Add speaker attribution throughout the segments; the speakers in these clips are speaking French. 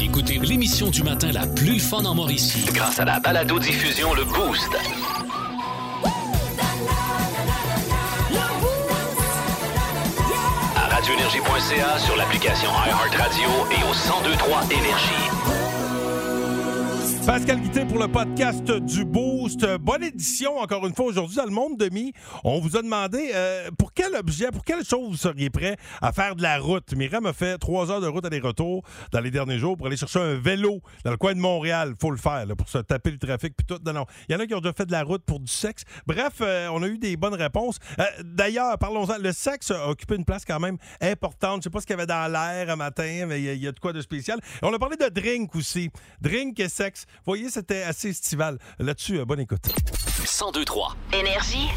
Speaker 1: Écoutez l'émission du matin la plus fun en Mauricie.
Speaker 2: Grâce à la balado diffusion le boost. À radioénergie.ca sur l'application iHeartRadio et au 1023 énergie.
Speaker 3: Pascal Guité pour le podcast du Boost. Bonne édition encore une fois aujourd'hui dans le monde de mi. On vous a demandé euh, pour quel objet, pour quelle chose vous seriez prêt à faire de la route. Myriam a fait trois heures de route aller-retour dans les derniers jours pour aller chercher un vélo dans le coin de Montréal. Faut le faire là, pour se taper le trafic puis tout. Non, non. Il y en a qui ont déjà fait de la route pour du sexe. Bref, euh, on a eu des bonnes réponses. Euh, D'ailleurs, parlons-en. Le sexe a occupé une place quand même importante. Je sais pas ce qu'il y avait dans l'air un matin, mais il y a- il y, a de quoi de spécial. Et on a parlé de drink aussi. Drink et sexe. Vous voyez, c'était assez estival. Là-dessus, euh, bonne écoute.
Speaker 2: 1023.
Speaker 4: Énergie.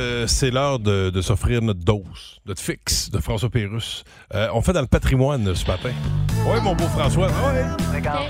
Speaker 3: Euh, c'est l'heure de, de s'offrir notre dose, notre fixe de François Pérus. Euh, on fait dans le patrimoine euh, ce matin. Oui, mon beau François. Ah,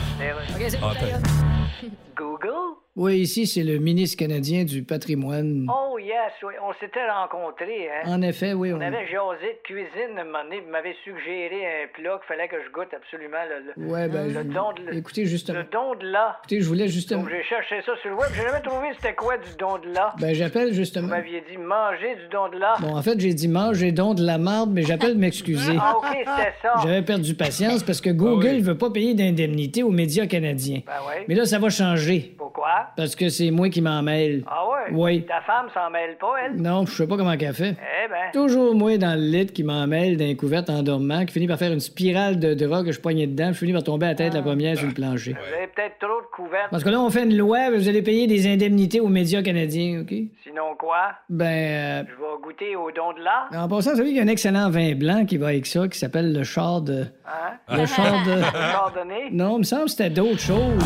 Speaker 3: Oui.
Speaker 5: Google?
Speaker 6: Oui, ici, c'est le ministre canadien du patrimoine.
Speaker 5: Oh yes, oui, on s'était rencontrés, hein?
Speaker 6: En effet, oui, on...
Speaker 5: On avait jasé de cuisine un moment donné, vous m'avez suggéré un plat qu'il fallait que je goûte absolument. Le, le-
Speaker 6: Ouais, ben,
Speaker 5: le
Speaker 6: je-
Speaker 5: don de,
Speaker 6: écoutez, justement.
Speaker 5: Le don de là.
Speaker 6: Écoutez, je voulais justement...
Speaker 5: Donc j'ai cherché ça sur le web, j'ai jamais trouvé c'était quoi du don de là.
Speaker 6: Ben, j'appelle
Speaker 5: Vous
Speaker 6: justement...
Speaker 5: m'aviez dit manger du don de là.
Speaker 6: Bon, en fait, j'ai dit mange, j'ai donc de la marde, mais j'appelle m'excuser.
Speaker 5: Ah ok, c'était ça.
Speaker 6: J'avais perdu patience parce que Google
Speaker 3: oui.
Speaker 6: veut pas payer d'indemnité aux médias canadiens.
Speaker 5: Ben oui.
Speaker 6: Mais là, ça va changer,
Speaker 5: Pourquoi?
Speaker 6: parce que c'est moi qui m'en mêle.
Speaker 5: Ah ouais?
Speaker 6: Oui.
Speaker 5: Ta femme s'en mêle pas, elle?
Speaker 6: Non, je sais pas comment qu'elle fait.
Speaker 5: Eh ben.
Speaker 6: Toujours moi dans le lit qui m'en mêle d'un couvert en dormant, qui finit par faire une spirale de drogue que je poignais dedans, je finis par tomber à la tête
Speaker 5: Ah.
Speaker 6: la première sur le plancher.
Speaker 5: Vous avez peut-être trop de couvertes.
Speaker 6: Parce que là, on fait une loi, vous allez payer des indemnités aux médias canadiens, OK?
Speaker 5: Sinon quoi?
Speaker 6: Ben, euh,
Speaker 5: Je vais goûter au don de là.
Speaker 6: en passant, vous savez qu'il y a un excellent vin blanc qui va avec ça, qui s'appelle le char de...
Speaker 5: Hein?
Speaker 6: Le char de...
Speaker 5: Pardonnez.
Speaker 6: Non, il me semble que c'était d'autres choses.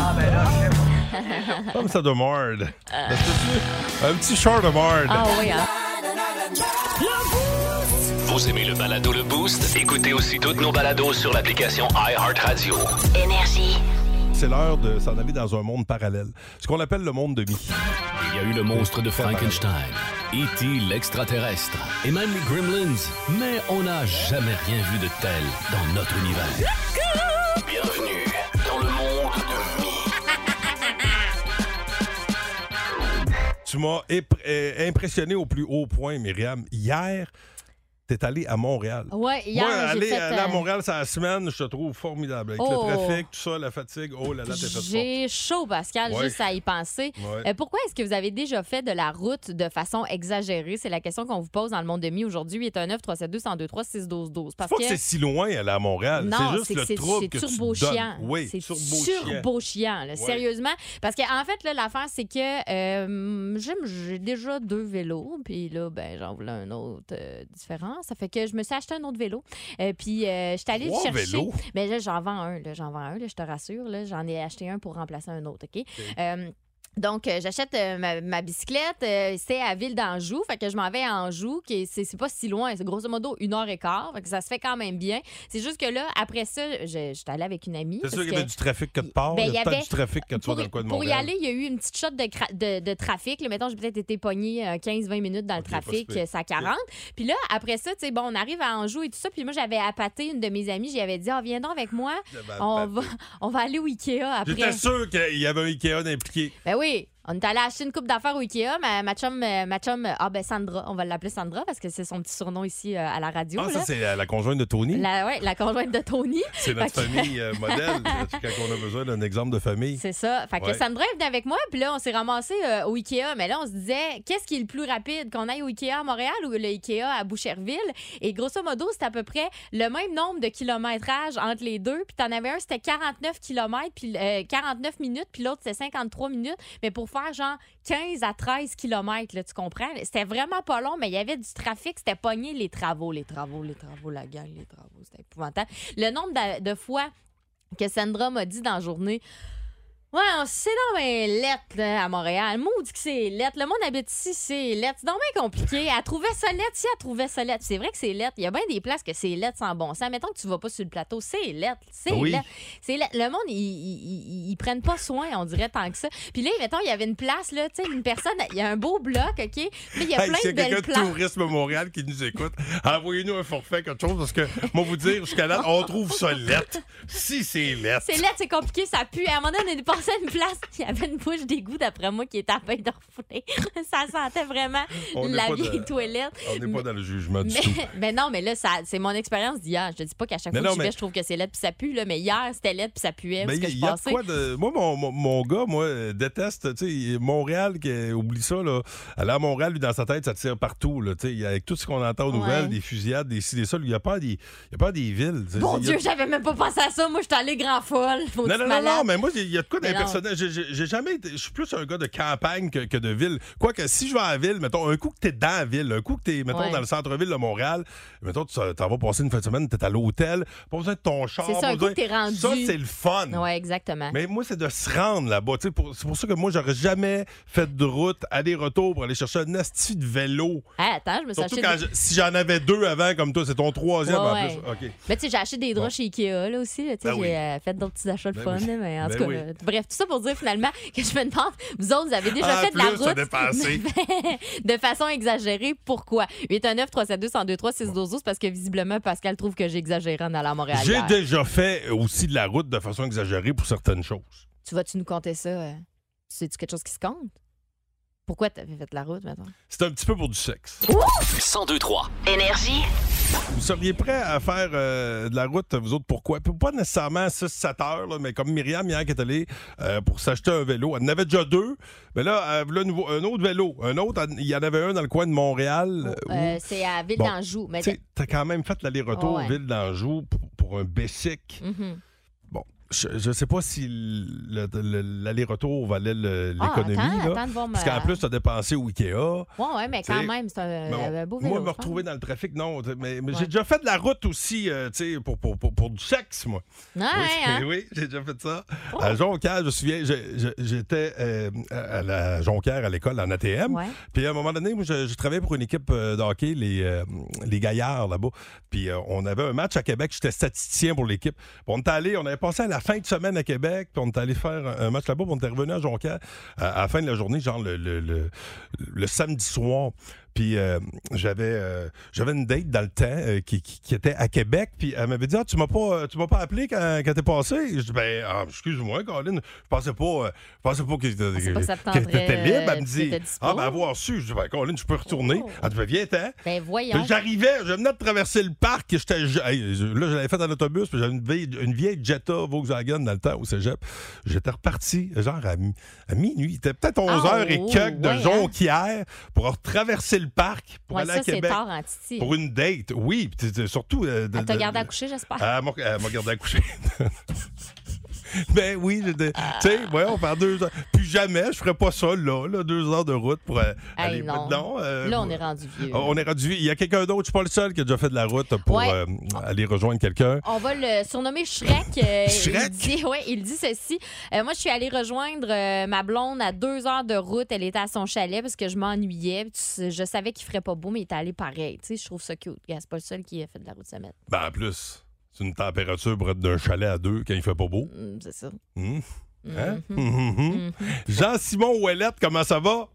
Speaker 3: Comme ça de marde. Un petit short de marde.
Speaker 7: Ah oui, hein?
Speaker 2: Vous aimez le balado le boost Écoutez aussi toutes nos balados sur l'application iHeartRadio.
Speaker 4: Énergie.
Speaker 3: C'est l'heure de s'en aller dans un monde parallèle. Ce qu'on appelle le monde de mi.
Speaker 1: Il y a eu le monstre de Frankenstein, E.T. E l'extraterrestre et même les Gremlins, mais on n'a jamais rien vu de tel dans notre univers.
Speaker 2: Bienvenue dans le monde de Mi.
Speaker 3: Tu m'as ép- euh, impressionné au plus haut point, Myriam. Hier, t'es allé à Montréal.
Speaker 7: Ouais, hier,
Speaker 3: Moi,
Speaker 7: j'ai
Speaker 3: aller,
Speaker 7: fait,
Speaker 3: aller à
Speaker 7: euh,
Speaker 3: Montréal, c'est la semaine, je te trouve formidable. Avec
Speaker 7: Oh.
Speaker 3: le trafic, tout ça, la fatigue. Oh là là, t'es fait fort.
Speaker 7: J'ai chaud, Pascal,
Speaker 3: Ouais.
Speaker 7: juste à y penser.
Speaker 3: Ouais.
Speaker 7: Euh, pourquoi est-ce que vous avez déjà fait de la route de façon exagérée? C'est la question qu'on vous pose dans le monde de mi aujourd'hui. Il est un 9 372 1023 612 12 Parce
Speaker 3: Faut pas que c'est si loin aller à Montréal.
Speaker 7: Non,
Speaker 3: c'est
Speaker 7: c'est
Speaker 3: juste
Speaker 7: que
Speaker 3: le
Speaker 7: c'est
Speaker 3: trouble
Speaker 7: c'est
Speaker 3: que
Speaker 7: turbo
Speaker 3: tu donnes.
Speaker 7: chiant.
Speaker 3: Oui,
Speaker 7: c'est
Speaker 3: turbo-chiant.
Speaker 7: turbo chiant, là,
Speaker 3: Ouais.
Speaker 7: sérieusement. Parce qu'en fait, là, l'affaire, c'est que euh, j'aime- j'ai déjà deux vélos, puis là, ben, j'en voulais un autre euh, différent. Ça fait que je me suis acheté un autre vélo. Euh, puis euh, je suis allée le
Speaker 3: Trois
Speaker 7: chercher.
Speaker 3: vélos?
Speaker 7: Mais là, j'en vends un, là, j'en vends un, là, je te rassure. là, j'en ai acheté un pour remplacer un autre, OK? Euh, donc, euh, j'achète euh, ma, ma bicyclette. euh, c'est à Ville d'Anjou. Fait que je m'en vais à Anjou, qui est- c'est c'est pas si loin. C'est grosso modo une heure et quart. Fait que ça se fait quand même bien. C'est juste que là, après ça, je- j'étais allée avec une amie.
Speaker 3: C'est sûr
Speaker 7: parce
Speaker 3: qu'il y avait
Speaker 7: que
Speaker 3: du trafic que de part,
Speaker 7: Ben,
Speaker 3: il y
Speaker 7: il y
Speaker 3: a peut-être
Speaker 7: avait-
Speaker 3: du trafic que tu vois
Speaker 7: pour,
Speaker 3: dans le coin de
Speaker 7: pour y
Speaker 3: Montréal.
Speaker 7: aller, il y a eu une petite shot de, cra- de, de trafic. Là, mettons, j'ai peut-être été pogné 15-20 minutes dans le
Speaker 3: Ok, pas
Speaker 7: trafic,
Speaker 3: si pire.
Speaker 7: euh, ça 40. Puis là, après ça, tu sais, bon, on arrive à Anjou et tout ça. Puis moi, j'avais appâté une de mes amies. J'y avais dit, oh, viens donc avec moi.
Speaker 3: Eh ben,
Speaker 7: On va, on va aller au Ikea après.
Speaker 3: J'étais sûr qu'il y avait un Ikea impliqué.
Speaker 7: Ben oui, on est allé acheter une coupe d'affaires au Ikea. Ma, ma chum, euh, ma chum, euh, ah ben Sandra, on va l'appeler Sandra parce que c'est son petit surnom ici euh, à la radio.
Speaker 3: Ah,
Speaker 7: là.
Speaker 3: ça, c'est la, la conjointe de Tony.
Speaker 7: la, ouais, la conjointe de Tony.
Speaker 3: C'est notre
Speaker 7: Fait que-
Speaker 3: famille euh, modèle. Quand on a besoin d'un exemple de famille.
Speaker 7: C'est ça. Fait que
Speaker 3: Ouais.
Speaker 7: Sandra est venue avec moi, puis là, on s'est ramassé euh, au Ikea. Mais là, on se disait, qu'est-ce qui est le plus rapide, qu'on aille au Ikea à Montréal ou le Ikea à Boucherville? Et grosso modo, c'était à peu près le même nombre de kilométrages entre les deux. Puis t'en avais un, c'était 49 kilomètres, puis euh, 49 minutes, puis l'autre, c'était 53 minutes. Mais pour faire genre 15 à 13 kilomètres, là, tu comprends? C'était vraiment pas long, mais il y avait du trafic. C'était pogné les travaux, les travaux, les travaux, la gang, les travaux. C'était épouvantable. Le nombre de, de fois que Sandra m'a dit dans la journée Ouais, on- c'est dans bien lettre là, à Montréal. Maudit que c'est lettre. Le monde habite ici, c'est lettre. C'est donc bien compliqué. Elle trouvait ça lettre, si elle trouvait ça lettre. C'est vrai que c'est lettre. Il y a bien des places que c'est lettre sans bon sens. Mettons que tu vas pas sur le plateau, c'est lettre. C'est
Speaker 3: Oui.
Speaker 7: lettre. C'est lettre. Le monde, ils, ils- ils- ils prennent pas soin, on dirait, tant que ça. Puis là, mettons, il y avait une place, là, tu sais, une personne, il y a un beau bloc, OK? Puis il y a
Speaker 3: Hey,
Speaker 7: plein
Speaker 3: s'il
Speaker 7: de
Speaker 3: y a
Speaker 7: belles
Speaker 3: quelqu'un de
Speaker 7: places.
Speaker 3: tourisme à Montréal qui nous écoute, envoyez-nous un forfait, quelque chose, parce que, moi, vous dire, jusqu'à là, on trouve ça lettre. Si c'est lettre.
Speaker 7: C'est lettre, c'est compliqué, ça pue. À un moment donné, on est passé à une place, il y avait une bouche d'égout, d'après moi, qui était à peine de refouler. ça sentait vraiment
Speaker 3: On n'est
Speaker 7: la
Speaker 3: pas
Speaker 7: vieille
Speaker 3: de-
Speaker 7: toilette.
Speaker 3: On n'est pas dans le jugement du
Speaker 7: Mais,
Speaker 3: tout.
Speaker 7: mais non, mais là, ça- c'est mon expérience d'hier. Je te dis pas qu'à chaque
Speaker 3: Mais
Speaker 7: fois
Speaker 3: non,
Speaker 7: que je
Speaker 3: mais-
Speaker 7: vais, je trouve que c'est lettre puis ça pue, là, mais hier, c'était lettre puis ça puait.
Speaker 3: Ben,
Speaker 7: ce que
Speaker 3: il
Speaker 7: je
Speaker 3: y a de
Speaker 7: pensais.
Speaker 3: quoi de. Moi, mon, mon- mon gars, moi, euh, déteste. Tu sais, Montréal, qui, oublie ça, là. Aller à Montréal, lui, dans sa tête, ça tire partout, là. Tu sais, avec tout ce qu'on entend aux
Speaker 7: Ouais.
Speaker 3: nouvelles, des fusillades, des ci, des ça, lui, il a pas des, il a pas des villes. tu sais,
Speaker 7: Mon
Speaker 3: il y a-
Speaker 7: Dieu, j'avais même pas pensé à ça. Moi, je suis allée grand folle. Faut
Speaker 3: Non, non, non, non, mais moi, il y a de quoi
Speaker 7: Mais non.
Speaker 3: d'impersonnel. J'ai- J'ai j'ai jamais été. Je suis plus un gars de campagne que, que de ville. Quoique, si je vais à la ville, mettons, un coup que t'es dans la ville, un coup que t'es, mettons,
Speaker 7: Ouais.
Speaker 3: dans le centre-ville de Montréal, mettons, tu t'en vas passer une fin de semaine, t'es à l'hôtel, pas besoin de ton char.
Speaker 7: C'est ça,
Speaker 3: pas
Speaker 7: un coup
Speaker 3: besoin-
Speaker 7: que t'es rendu.
Speaker 3: Ça, c'est le fun.
Speaker 7: Ouais, exactement.
Speaker 3: Mais moi, c'est de se rendre là-bas. Tu sais, pour- C'est pour ça que moi, j'aurais jamais fait de route, aller-retour pour aller chercher un asti de vélo.
Speaker 7: Ah, attends, je me suis
Speaker 3: Surtout
Speaker 7: acheté.
Speaker 3: quand
Speaker 7: des-
Speaker 3: je- si j'en avais deux avant, comme toi, c'est ton troisième
Speaker 7: Ouais,
Speaker 3: en
Speaker 7: ouais.
Speaker 3: plus. OK.
Speaker 7: Mais tu sais, j'ai acheté des draps chez Ikea là aussi. là, tu sais,
Speaker 3: Ben oui.
Speaker 7: j'ai euh, fait d'autres petits achats de
Speaker 3: Ben
Speaker 7: fun.
Speaker 3: oui.
Speaker 7: là, Mais en
Speaker 3: Ben
Speaker 7: tout cas,
Speaker 3: oui.
Speaker 7: là, bref, tout ça pour dire finalement que je me demande, vous autres, vous avez déjà
Speaker 3: En
Speaker 7: fait de la
Speaker 3: plus, ça
Speaker 7: route
Speaker 3: dépassé.
Speaker 7: de façon exagérée. Pourquoi? 819 372 1023 612 parce que visiblement, Pascal trouve que j'ai exagéré en allant à Montréal.
Speaker 3: J'ai
Speaker 7: hier.
Speaker 3: déjà fait aussi de la route de façon exagérée pour certaines choses.
Speaker 7: Tu vas-tu nous compter ça? euh? C'est-tu quelque chose qui se compte? Pourquoi t'avais fait la route, maintenant?
Speaker 3: C'est un petit peu pour du sexe.
Speaker 2: 1023.
Speaker 4: Énergie.
Speaker 3: Vous seriez prêt à faire euh, de la route, vous autres, pourquoi? Puis Pas nécessairement 6-7 heures, là, mais comme Myriam hier qui est allée euh, pour s'acheter un vélo. Elle en avait déjà deux, mais là, elle voulait un, nouveau- un autre vélo. Un autre, elle- il y en avait un dans le coin de Montréal. euh, où-
Speaker 7: Euh, c'est à Ville
Speaker 3: Bon.
Speaker 7: d'Anjou. Mais
Speaker 3: Tu sais, t'as quand même fait l'aller-retour
Speaker 7: Ben, Ouais.
Speaker 3: ville d'Anjou pour, pour un Bessic.
Speaker 7: Mhm.
Speaker 3: Bon, je, je sais pas si le- le- l'aller-retour valait le-
Speaker 7: Ah,
Speaker 3: l'économie.
Speaker 7: attends,
Speaker 3: là.
Speaker 7: attends de voir ma-
Speaker 3: parce qu'en plus, t'as dépensé au Ikea.
Speaker 7: Ouais, ouais, mais
Speaker 3: tu
Speaker 7: quand
Speaker 3: sais,
Speaker 7: même, c'est un, euh,
Speaker 3: Mais bon,
Speaker 7: un ben, beau vélo.
Speaker 3: moi, me
Speaker 7: je pense.
Speaker 3: retrouver dans le trafic, non. t'sais, Mais, mais
Speaker 7: Ouais.
Speaker 3: j'ai déjà fait de la route aussi, euh, tu sais, pour, pour, pour, pour du sexe, moi.
Speaker 7: Ouais,
Speaker 3: Oui,
Speaker 7: hein? Oh.
Speaker 3: oui, j'ai déjà fait ça. À Jonquière, je me souviens, je- je- j'étais euh, à la Jonquière à l'école en ATM.
Speaker 7: Ouais.
Speaker 3: Puis à un moment donné, moi, je, je travaillais pour une équipe euh, de hockey, les, euh, les Gaillards là-bas. Puis euh, on avait un match à Québec, j'étais statisticien pour l'équipe. Puis on est allé, on avait passé à la fin de semaine à Québec, puis on est allé faire un- un match là-bas, puis on était revenu à Jonquière à, à la fin de la journée, genre le, le, le- le samedi soir. Puis euh, j'avais euh, j'avais une date dans le temps euh, qui, qui- qui était à Québec. Puis elle m'avait dit Ah, tu m'as pas, euh, tu m'as pas appelé quand, quand t'es passé. Je dis Ben, ah, excuse-moi, Colin, je pensais pas, euh, je pensais pas que,
Speaker 7: pensais Ah, pas que ça te
Speaker 3: que t'étais
Speaker 7: tenterait,
Speaker 3: libre.
Speaker 7: euh,
Speaker 3: Elle me
Speaker 7: tu
Speaker 3: dit
Speaker 7: étais dispo.
Speaker 3: Ah, ben, avoir su. Je dis Ben, Colin, je peux retourner.
Speaker 7: Oh.
Speaker 3: Elle dit Ben, viens-t'en.
Speaker 7: Ben voyons.
Speaker 3: Puis J'arrivais, je venais de traverser le parc. et j'étais- je- hey, je- Là, je l'avais fait en autobus. puis J'avais une vieille, une vieille Jetta Volkswagen dans le temps au cégep. J'étais reparti, genre à, mi- à minuit. Il était peut-être 11h
Speaker 7: Ah,
Speaker 3: et
Speaker 7: oh,
Speaker 3: quelques de
Speaker 7: ouais, hein.
Speaker 3: Jonquière pour traverser le parc pour
Speaker 7: Ouais,
Speaker 3: aller
Speaker 7: ça,
Speaker 3: à
Speaker 7: c'est
Speaker 3: Québec.
Speaker 7: tard en titi.
Speaker 3: Pour une date, oui. puis t'es- t'es surtout. euh, de-
Speaker 7: Elle t'a
Speaker 3: de-
Speaker 7: gardé à
Speaker 3: de-
Speaker 7: coucher, j'espère.
Speaker 3: Ah, Elle m'a elle m'a gardé à coucher. Ben oui, j'étais- tu sais,
Speaker 7: Ah.
Speaker 3: voyons, faire deux heures. Plus jamais, je ferais pas ça là, là, deux heures de route pour euh, aller.
Speaker 7: Hey, non.
Speaker 3: euh,
Speaker 7: là, on est rendu vieux.
Speaker 3: Oh, on est rendu. Il y a quelqu'un d'autre, je suis pas le seul qui a déjà fait de la route pour
Speaker 7: Ouais.
Speaker 3: euh, aller rejoindre quelqu'un.
Speaker 7: On va le surnommer Shrek. euh,
Speaker 3: Shrek?
Speaker 7: Il dit, ouais, il dit ceci. Euh, moi, je suis allée rejoindre euh, ma blonde à deux heures de route. Elle était à son chalet parce que je m'ennuyais. Puis tu sais, Je savais qu'il ferait pas beau, mais il est allé pareil. Tu sais, je trouve ça cute. Regarde, C'est pas le seul qui a fait de la route cette semaine.
Speaker 3: Ben en plus, c'est une température pour être d'un chalet à deux quand il fait pas beau.
Speaker 7: Hum, c'est ça.
Speaker 3: Hmm. Hein?
Speaker 7: Mhm.
Speaker 3: Hum, hum, hum. Jean-Simon Ouellette, comment ça va?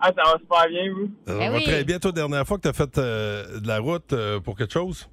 Speaker 8: Ah, ça va super bien, vous?
Speaker 3: Ça
Speaker 7: Ben
Speaker 3: va
Speaker 7: oui.
Speaker 3: très bien. Toi, dernière fois que tu as fait euh, de la route euh, pour quelque chose?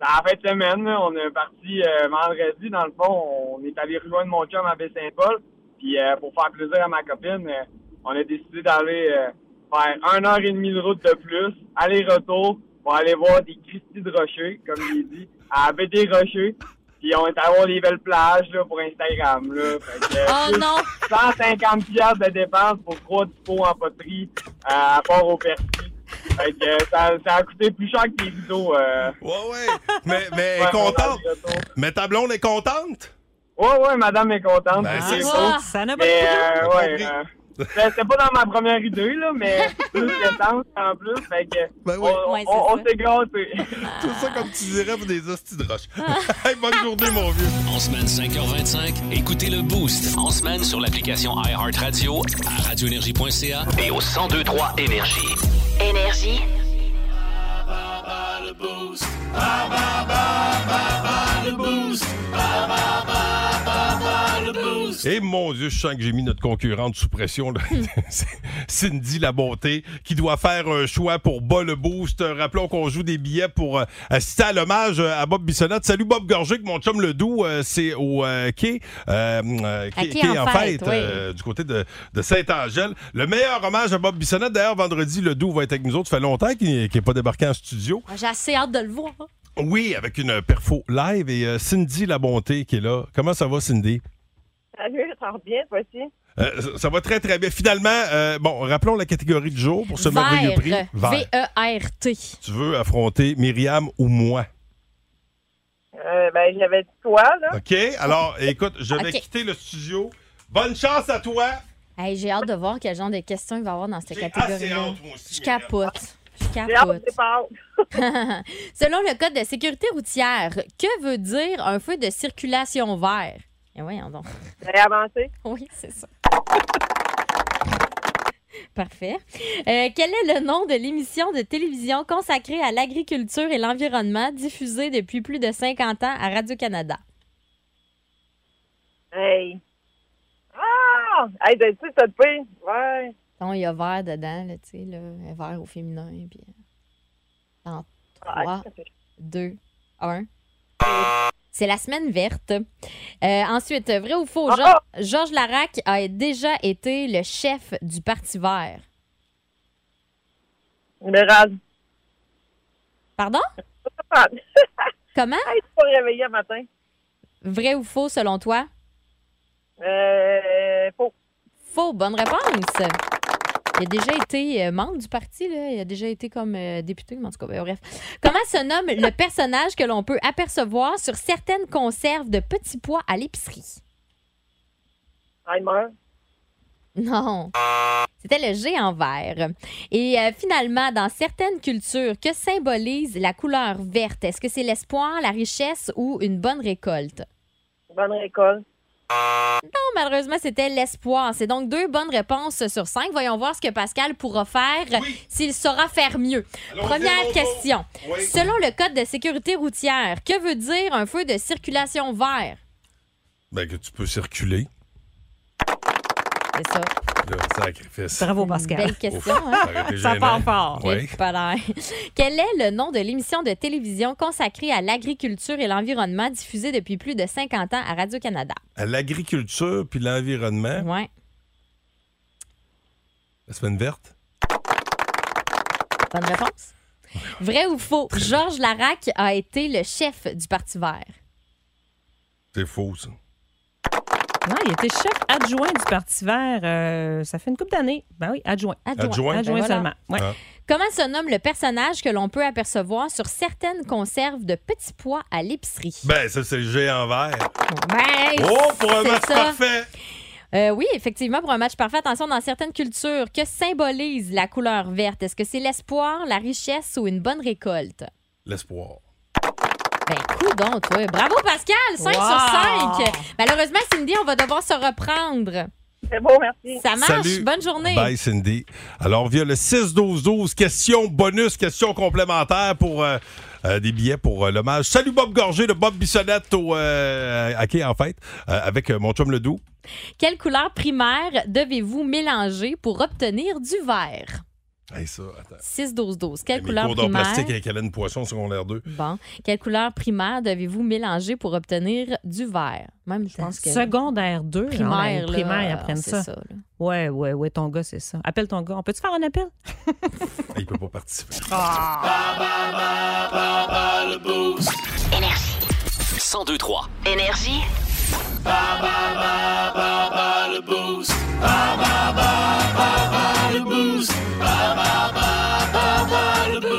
Speaker 8: Ben, En fin de semaine, là, on est parti euh, vendredi, dans le fond, on est allé rejoindre mon chum à Baie-Saint-Paul. Puis euh, pour faire plaisir à ma copine, euh, on a décidé d'aller euh, faire un heure et demie de route de plus, aller-retour, pour aller voir des Christie de Rocher, comme il dit, à Baie des Rochers. Puis on est allé voir des belles plages là, pour Instagram. Là. Fait que, euh,
Speaker 7: Oh
Speaker 8: plus
Speaker 7: non!
Speaker 8: 150 piastres de dépenses pour trois dispos en poterie euh, à part au persil. Fait que euh, ça, ça a coûté plus cher que des vidéos. Euh,
Speaker 3: Ouais, ouais. mais mais
Speaker 8: ouais,
Speaker 3: contente.
Speaker 8: dans le retour.
Speaker 3: Mais ta blonde est contente?
Speaker 8: Ouais, ouais, madame est contente.
Speaker 3: Ben,
Speaker 8: c'est
Speaker 3: c'est
Speaker 8: beau.
Speaker 7: ça.
Speaker 9: Ça n'a pas de
Speaker 8: Mais, euh,
Speaker 3: J'ai
Speaker 8: ouais,
Speaker 3: compris.
Speaker 8: euh, Ben, C'était pas dans ma première idée, là, mais plus d'essence en plus. Fait que
Speaker 3: Ben oui.
Speaker 8: on,
Speaker 7: Ouais, c'est
Speaker 8: on- on
Speaker 7: ça.
Speaker 8: s'est gâtés.
Speaker 3: Tout ça comme tu dirais pour des hosties de roche. hey, bonne journée, mon vieux.
Speaker 2: En semaine 5h25, écoutez le Boost. En semaine sur l'application iHeartRadio, à radioénergie.ca et au 1023 Énergie.
Speaker 4: Énergie.
Speaker 3: Et Eh, mon Dieu, je sens que j'ai mis notre concurrente sous pression. là. C'est Cindy La Bonté, qui doit faire un choix pour bas le boost. Rappelons qu'on joue des billets pour euh, assister à l'hommage euh, à Bob Bissonnette. Salut Bob Gorgic, mon chum Ledoux, euh, c'est au euh, quai, euh, euh,
Speaker 7: À
Speaker 3: quai-
Speaker 7: quai
Speaker 3: quai
Speaker 7: en
Speaker 3: en fête,
Speaker 7: fête, oui.
Speaker 3: euh, du côté de, de Saint-Angèle. Le meilleur hommage à Bob Bissonnette. D'ailleurs, vendredi, Ledoux va être avec nous autres. Ça fait longtemps qu'il n'est qu'il est pas débarqué en studio.
Speaker 7: Ah, J'ai assez hâte de le voir.
Speaker 3: Oui, avec une perfo live et euh, Cindy La Bonté qui est là. Comment ça va, Cindy?
Speaker 9: Salut, ça va bien, toi aussi?
Speaker 3: Euh, ça- ça va très, très bien. Finalement, euh, bon, rappelons la catégorie du jour pour ce merveilleux prix.
Speaker 7: Vert. E
Speaker 3: Vert.
Speaker 7: V-E-R-T.
Speaker 3: Tu veux affronter Myriam ou moi?
Speaker 9: Euh, ben, j'avais dit toi, là.
Speaker 3: OK? Alors, écoute, je vais
Speaker 7: OK.
Speaker 3: quitter le studio. Bonne chance à toi!
Speaker 7: Hey, j'ai hâte de voir quel genre de questions il va y avoir dans cette
Speaker 3: J'ai assez
Speaker 7: catégorie-là.
Speaker 3: honte, moi aussi.
Speaker 7: hein. Je
Speaker 3: Myriam.
Speaker 7: capote. Je
Speaker 9: J'ai hâte de
Speaker 7: capote.
Speaker 9: départ.
Speaker 7: Selon le Code de sécurité routière, que veut dire un feu de circulation vert? Eh voyons donc.
Speaker 9: J'ai avancé.
Speaker 7: Oui, c'est ça. Parfait. Euh, quel est le nom de l'émission de télévision consacrée à l'agriculture et l'environnement diffusée depuis plus de 50 ans à Radio-Canada?
Speaker 9: Hey. Ah! Hey, t'as dit ça depuis? Ouais.
Speaker 7: Donc, il y a vert dedans, là, tu sais, là, vert au féminin. Puis... euh, Dans
Speaker 9: Ah,
Speaker 7: 3, 2, 1. C'est la semaine verte. Euh, ensuite, vrai ou faux,
Speaker 9: Ah!
Speaker 7: Geor- Georges Larac a déjà été le chef du Parti vert.
Speaker 9: Libéral.
Speaker 7: Pardon?
Speaker 9: Hey,
Speaker 7: Comment?
Speaker 9: je suis pas réveillée le matin.
Speaker 7: Vrai ou faux, selon toi?
Speaker 9: Euh, faux.
Speaker 7: Faux, bonne réponse. Il a déjà été euh, membre du parti, là. il a déjà été comme euh, député, mais en tout cas, ben, bref. Comment se nomme le personnage que l'on peut apercevoir sur certaines conserves de petits pois à l'épicerie?
Speaker 9: Timer.
Speaker 7: Non. C'était le G en vert. Et euh, finalement, dans certaines cultures, que symbolise la couleur verte? Est-ce que c'est l'espoir, la richesse ou une bonne récolte?
Speaker 9: Bonne récolte.
Speaker 7: Non, malheureusement, c'était l'espoir. C'est donc deux bonnes réponses sur cinq. Voyons voir ce que Pascal pourra faire
Speaker 3: Oui.
Speaker 7: s'il saura faire mieux.
Speaker 3: Allons-y,
Speaker 7: Première
Speaker 3: mon
Speaker 7: question.
Speaker 3: tour. Oui.
Speaker 7: Selon le Code de sécurité routière, que veut dire un feu de circulation vert?
Speaker 3: Ben, que tu peux circuler.
Speaker 7: C'est ça.
Speaker 3: Là, sacrifice.
Speaker 10: Bravo,
Speaker 7: Une
Speaker 10: Pascal.
Speaker 7: belle question, hein?
Speaker 10: Ça part fort.
Speaker 3: Oui.
Speaker 7: Pas l'air. Quel est le nom de l'émission de télévision consacrée à l'agriculture et l'environnement diffusée depuis plus de 50 ans à Radio-Canada?
Speaker 3: À l'agriculture puis l'environnement,
Speaker 7: Ouais.
Speaker 3: la semaine verte.
Speaker 7: Bonne réponse. Vrai ou faux? Georges Larac a été le chef du Parti vert.
Speaker 3: C'est faux, ça.
Speaker 10: Non, il était chef adjoint du Parti vert, euh, ça fait une couple d'années. Ben oui, adjoint.
Speaker 7: Adjoint.
Speaker 3: Adjoint. Ouais,
Speaker 10: adjoint
Speaker 7: Ben voilà.
Speaker 10: seulement. Ouais.
Speaker 3: Ah.
Speaker 7: Comment se nomme le personnage que l'on peut apercevoir sur certaines conserves de petits pois à l'épicerie?
Speaker 3: Ben, ça, c'est le géant vert.
Speaker 7: Ben,
Speaker 3: Oh, pour un
Speaker 7: c'est
Speaker 3: match
Speaker 7: ça.
Speaker 3: parfait!
Speaker 7: Euh, oui, effectivement, pour un match parfait, attention, dans certaines cultures, que symbolise la couleur verte? Est-ce que c'est l'espoir, la richesse ou une bonne récolte?
Speaker 3: L'espoir.
Speaker 7: Ben, coudonc, toi. Bravo, Pascal! 5
Speaker 10: Wow!
Speaker 7: sur 5! Malheureusement, Cindy, on va devoir se reprendre.
Speaker 9: C'est beau, merci.
Speaker 7: Ça marche.
Speaker 3: Salut.
Speaker 7: Bonne journée.
Speaker 3: Bye, Cindy. Alors, via le 6-12-12, question bonus, question complémentaire pour euh, euh, des billets pour euh, l'hommage. Salut Bob Gorgé de Bob Bissonnette au euh, à Quai, en fait, euh, avec euh, mon chum Ledoux.
Speaker 7: Quelle couleur primaire devez-vous mélanger pour obtenir du vert?
Speaker 3: Hey, ça, attends.
Speaker 7: 6-12-12. Quelle
Speaker 3: Mes
Speaker 7: couleur
Speaker 3: cours d'art
Speaker 7: primaire?
Speaker 3: plastique avec Hélène Poisson, secondaire 2.
Speaker 7: Bon. Quelle couleur primaire devez-vous mélanger pour obtenir du vert? Même, je pense que.
Speaker 10: Secondaire 2,
Speaker 7: Primaire,
Speaker 10: primaire, primaire ils
Speaker 7: là, euh,
Speaker 10: apprennent
Speaker 7: c'est
Speaker 10: ça.
Speaker 7: là.
Speaker 10: Ouais, ouais, ouais, ton gars, c'est ça. Appelle ton gars. On peut-tu faire un appel?
Speaker 3: Il peut pas participer.
Speaker 2: 1023.
Speaker 4: Énergie.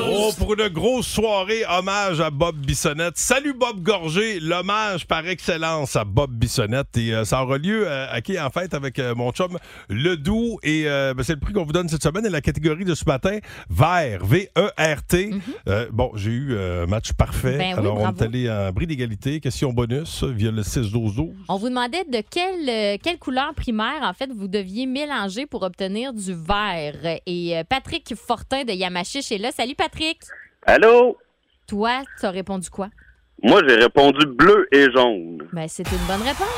Speaker 3: Oh, pour pour une grosse soirée hommage à Bob Bissonnette. Salut Bob Gorgé, l'hommage par excellence à Bob Bissonnette. Et euh, ça aura lieu euh, à qui en fait avec euh, mon chum Ledoux. Et euh, ben, c'est le prix qu'on vous donne cette semaine et la catégorie de ce matin, VERT, V-E-R-T. Euh, bon, j'ai eu euh, match parfait.
Speaker 7: Mm-hmm. Ben oui,
Speaker 3: Alors on
Speaker 7: bravo.
Speaker 3: est allé en bris d'égalité, question bonus euh, via le 6-12-12.
Speaker 7: On vous demandait de quelle, euh, quelle couleur primaire, en fait, vous deviez mélanger pour obtenir du vert. Et euh, Patrick Fortin de Yamachiche est là. Salut, Patrick.
Speaker 4: Allô?
Speaker 7: Toi, tu as répondu quoi?
Speaker 4: Moi, j'ai répondu bleu et jaune.
Speaker 7: Ben, c'est une bonne réponse.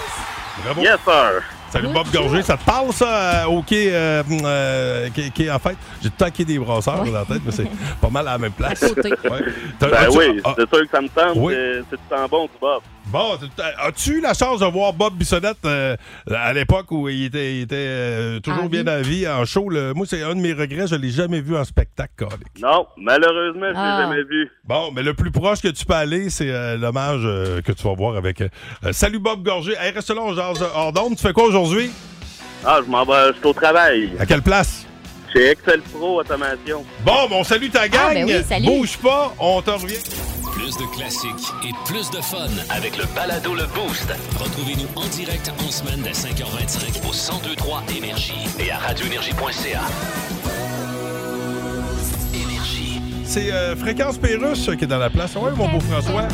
Speaker 3: Bravo.
Speaker 4: Yes, sir.
Speaker 3: Salut Bob Gorgé, ça te parle ça euh, au quai, euh, euh, quai- quai, en fait? J'ai taqué des brasseurs dans la tête, mais c'est pas mal à la même place.
Speaker 7: côté.
Speaker 3: Ouais. T'as-
Speaker 4: Ben
Speaker 3: as-tu-
Speaker 4: oui,
Speaker 3: ah,
Speaker 4: c'est sûr que ça me tente. euh,
Speaker 3: Oui.
Speaker 4: C'est c'est du temps bon, du Bob.
Speaker 3: bon, t'as- as-tu eu la chance de voir Bob Bissonnette euh, à l'époque où il était, il était, euh, toujours
Speaker 7: En
Speaker 3: bien
Speaker 7: vie.
Speaker 3: à vie, en show? le- Moi, c'est un de mes regrets, je l'ai jamais vu en spectacle. câlé.
Speaker 4: Non, malheureusement, je l'ai
Speaker 7: Ah.
Speaker 4: jamais vu.
Speaker 3: Bon, mais le plus proche que tu peux aller, c'est euh, l'hommage euh, que tu vas voir avec... euh, euh, Salut Bob Gorgé, hey, reste là, on jase euh, hors d'onde. Tu fais quoi aujourd'hui?
Speaker 4: Ah, je m'en vais, je suis au travail.
Speaker 3: À quelle place?
Speaker 4: Chez Excel Pro Automation.
Speaker 3: Bon, ben, on salue ta gang.
Speaker 7: Ah, ben oui, salut.
Speaker 3: Bouge pas, on te revient.
Speaker 2: Plus de classiques et plus de fun avec le balado Le Boost. Retrouvez-nous en direct en semaine dès 5h25 au 1023 Énergie et à radioénergie.ca. Énergie.
Speaker 3: C'est euh, Fréquence Pérusse qui est dans la place. Ouais, mon beau François.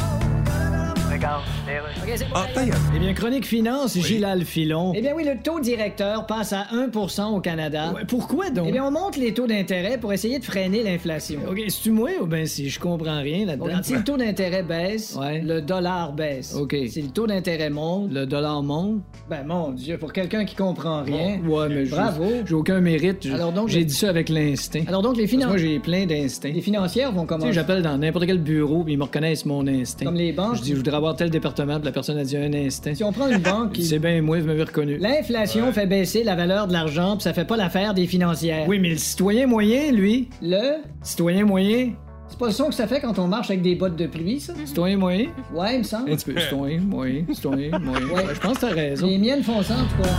Speaker 3: Ah, t'as-
Speaker 6: Eh bien, Chronique Finance, Gilal Filon. Eh bien oui, le taux directeur passe à 1 au Canada. pourquoi donc? Eh bien, on monte les taux d'intérêt pour essayer de freiner l'inflation. OK, si tu moi ou ben si je comprends rien là-dedans? si le taux d'intérêt baisse, le dollar baisse. OK. Si le taux d'intérêt monte, le dollar monte. Ben mon Dieu, pour quelqu'un qui comprend rien. ouais, mais Bravo. J'ai aucun mérite. Alors donc, j'ai dit ça avec l'instinct. Alors donc, les finances. Moi, j'ai plein d'instincts. Les financières vont commencer. j'appelle dans n'importe quel bureau, puis ils me reconnaissent mon instinct. Comme les banques. Je dis, je voudrais avoir tel département, puis la personne a dit un instinct. Si on prend une banque qui. C'est bien, moi, vous m'avez reconnu. L'inflation fait baisser la valeur de l'argent, puis ça fait pas l'affaire des financières. Oui, mais le citoyen moyen, lui. Le citoyen moyen. C'est pas le son que ça fait quand on marche avec des bottes de pluie, ça? Citoyen moyen? Ouais, il me semble. Un petit peu. Citoyen moyen, citoyen moyen. Ouais, je pense que t'as raison. Les miennes font ça, en tout cas.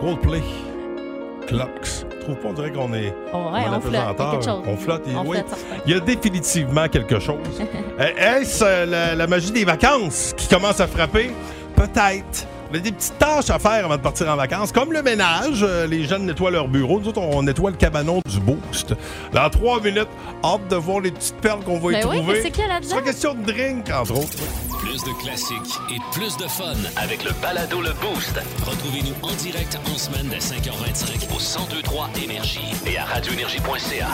Speaker 3: Coldplay. Clocks. Je trouve pas, on dirait qu'on est.
Speaker 7: Oh, ouais,
Speaker 3: on
Speaker 7: on,
Speaker 3: a
Speaker 7: flotte. Il y a quelque chose.
Speaker 3: On flotte. et-
Speaker 7: On
Speaker 3: oui.
Speaker 7: flotte, certain.
Speaker 3: Il y a définitivement quelque chose. Euh, Est-ce euh, la, la magie des vacances qui commence à frapper? Peut-être. Il y a des petites tâches à faire avant de partir en vacances, comme le ménage. Euh, les jeunes nettoient leur bureau. Nous autres, on nettoie le cabanon du boost. Dans trois minutes, hâte de voir les petites perles qu'on va y
Speaker 7: Ben oui,
Speaker 3: trouver.
Speaker 7: qu'est-ce qu'il y a là-dedans?
Speaker 3: C'est pas question de drink, entre autres.
Speaker 2: Plus de classiques et plus de fun avec le balado Le Boost. Retrouvez-nous en direct en semaine dès 5h25 au 1023 Énergie et à radioénergie.ca.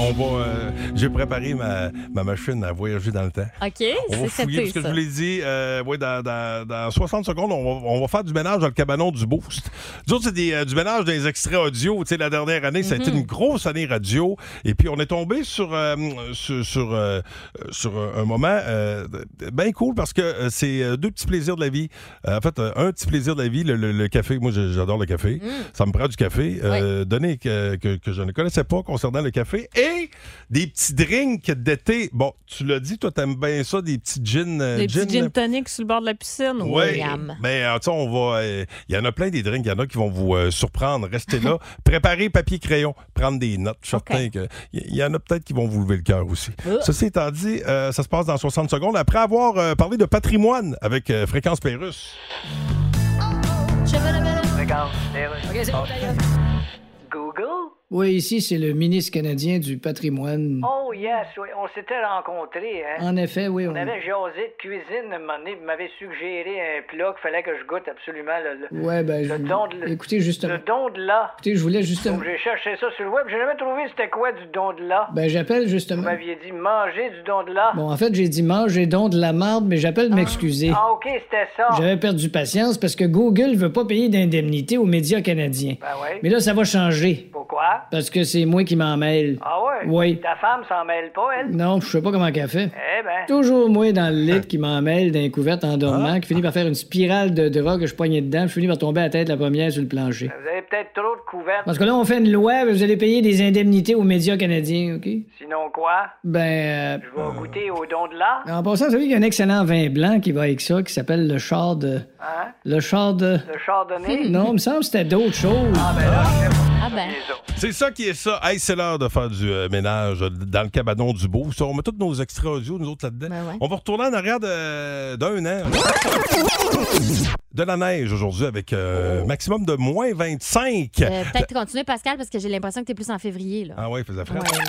Speaker 3: On va. euh, J'ai préparé ma, ma machine à voyager dans le temps.
Speaker 7: OK,
Speaker 3: On va
Speaker 7: c'est
Speaker 3: fouiller
Speaker 7: seté,
Speaker 3: parce que
Speaker 7: ça.
Speaker 3: je vous l'ai dit. euh, ouais, dans, dans- dans 60 secondes, on va, on va faire du ménage dans le cabanon du Boost. Nous autres, c'est des, euh, du ménage des extraits audio. Tu sais, la dernière année, ça a été une grosse année radio. Et puis, on est tombé sur, euh, sur, sur, euh, sur un moment euh, bien cool parce que euh, c'est euh, deux petits plaisirs de la vie. Euh, en fait, euh, un petit plaisir de la vie, le, le- le café. Moi, je- j'adore le café. Ça me prend du café. Euh, Données que, que- que je ne connaissais pas concernant le café. Et des petits drinks d'été. Bon, tu l'as dit, toi, t'aimes bien ça, des petits gins. euh,
Speaker 10: Des
Speaker 3: gins,
Speaker 10: petits gin tonic sur le bord de la piscine.
Speaker 3: oui,
Speaker 7: William.
Speaker 3: mais euh, tu sais, on va. euh, Il y en a plein des drinks, il y en a qui vont vous euh, surprendre. Restez là, préparez papier crayon, prendre des notes. Je suis certain que il y, y en a peut-être qui vont vous lever le cœur aussi.
Speaker 10: Oh.
Speaker 3: Ceci étant dit, euh, ça se passe dans 60 secondes après avoir euh, parlé de patrimoine avec euh, Fréquence Pérusse.
Speaker 5: Google?
Speaker 6: Oui, ici, c'est le ministre canadien du patrimoine.
Speaker 5: Oh yes, oui, on s'était rencontrés,
Speaker 10: Ah.
Speaker 5: hein?
Speaker 6: En effet, oui.
Speaker 5: On avait jasé de cuisine un moment donné, puis m'avait suggéré un plat qu'il fallait que je goûte absolument. Le, le-
Speaker 6: Ouais, ben,
Speaker 5: le don de...
Speaker 6: je... écoutez
Speaker 5: Le
Speaker 6: justement.
Speaker 5: don de là.
Speaker 6: Écoutez, je voulais justement.
Speaker 5: Donc, j'ai cherché ça sur le web. J'ai jamais trouvé c'était quoi du don de là.
Speaker 6: Ben, j'appelle
Speaker 5: Vous
Speaker 6: justement.
Speaker 5: m'aviez dit manger du don de là.
Speaker 6: Bon, en fait, j'ai dit mangez donc de la marde, mais j'appelle m'excuser.
Speaker 5: Ah, ok, c'était ça.
Speaker 6: J'avais perdu patience parce que Google veut pas payer d'indemnité aux médias canadiens.
Speaker 5: Ben oui.
Speaker 6: Mais là, ça va changer.
Speaker 5: Pourquoi?
Speaker 6: Parce que c'est moi qui m'en mêle.
Speaker 5: Ah ouais?
Speaker 6: Oui.
Speaker 5: Ta femme s'en mêle pas, elle?
Speaker 6: Non, je sais pas comment qu'elle fait.
Speaker 5: Eh ben.
Speaker 6: Toujours moi dans le lit qui m'en mêle d'un couvert en dormant, qui finit par faire une spirale de drogue que je poignais dedans, je finis par tomber à la tête la première sur le plancher.
Speaker 5: Vous avez peut-être trop de couvertes.
Speaker 6: Parce que là, on fait une loi, vous allez payer des indemnités aux médias canadiens, OK?
Speaker 5: Sinon quoi?
Speaker 6: Ben, euh,
Speaker 5: Je vais goûter au don de là.
Speaker 6: en passant, vous savez qu'il y a un excellent vin blanc qui va avec ça, qui s'appelle le char de...
Speaker 5: Hein?
Speaker 6: Le char de...
Speaker 5: Le chardonnay?
Speaker 6: Non, il me semble que c'était d'autres choses.
Speaker 5: Ah ben là, je sais pas.
Speaker 7: Ah, Ah ben.
Speaker 3: C'est ça qui est ça. Hey, c'est l'heure de faire du euh, ménage dans le cabanon du beau. Ça, on met tous nos extra audio, nous autres, là-dedans.
Speaker 7: Ben
Speaker 3: On va retourner en arrière de- d'un an. De la neige aujourd'hui avec euh, maximum de moins 25.
Speaker 7: Oh. Euh, Peut-être continuer, Pascal, parce que j'ai l'impression que t'es plus en février. Là.
Speaker 3: Ah ouais, il faisait frais.
Speaker 7: Ouais, là.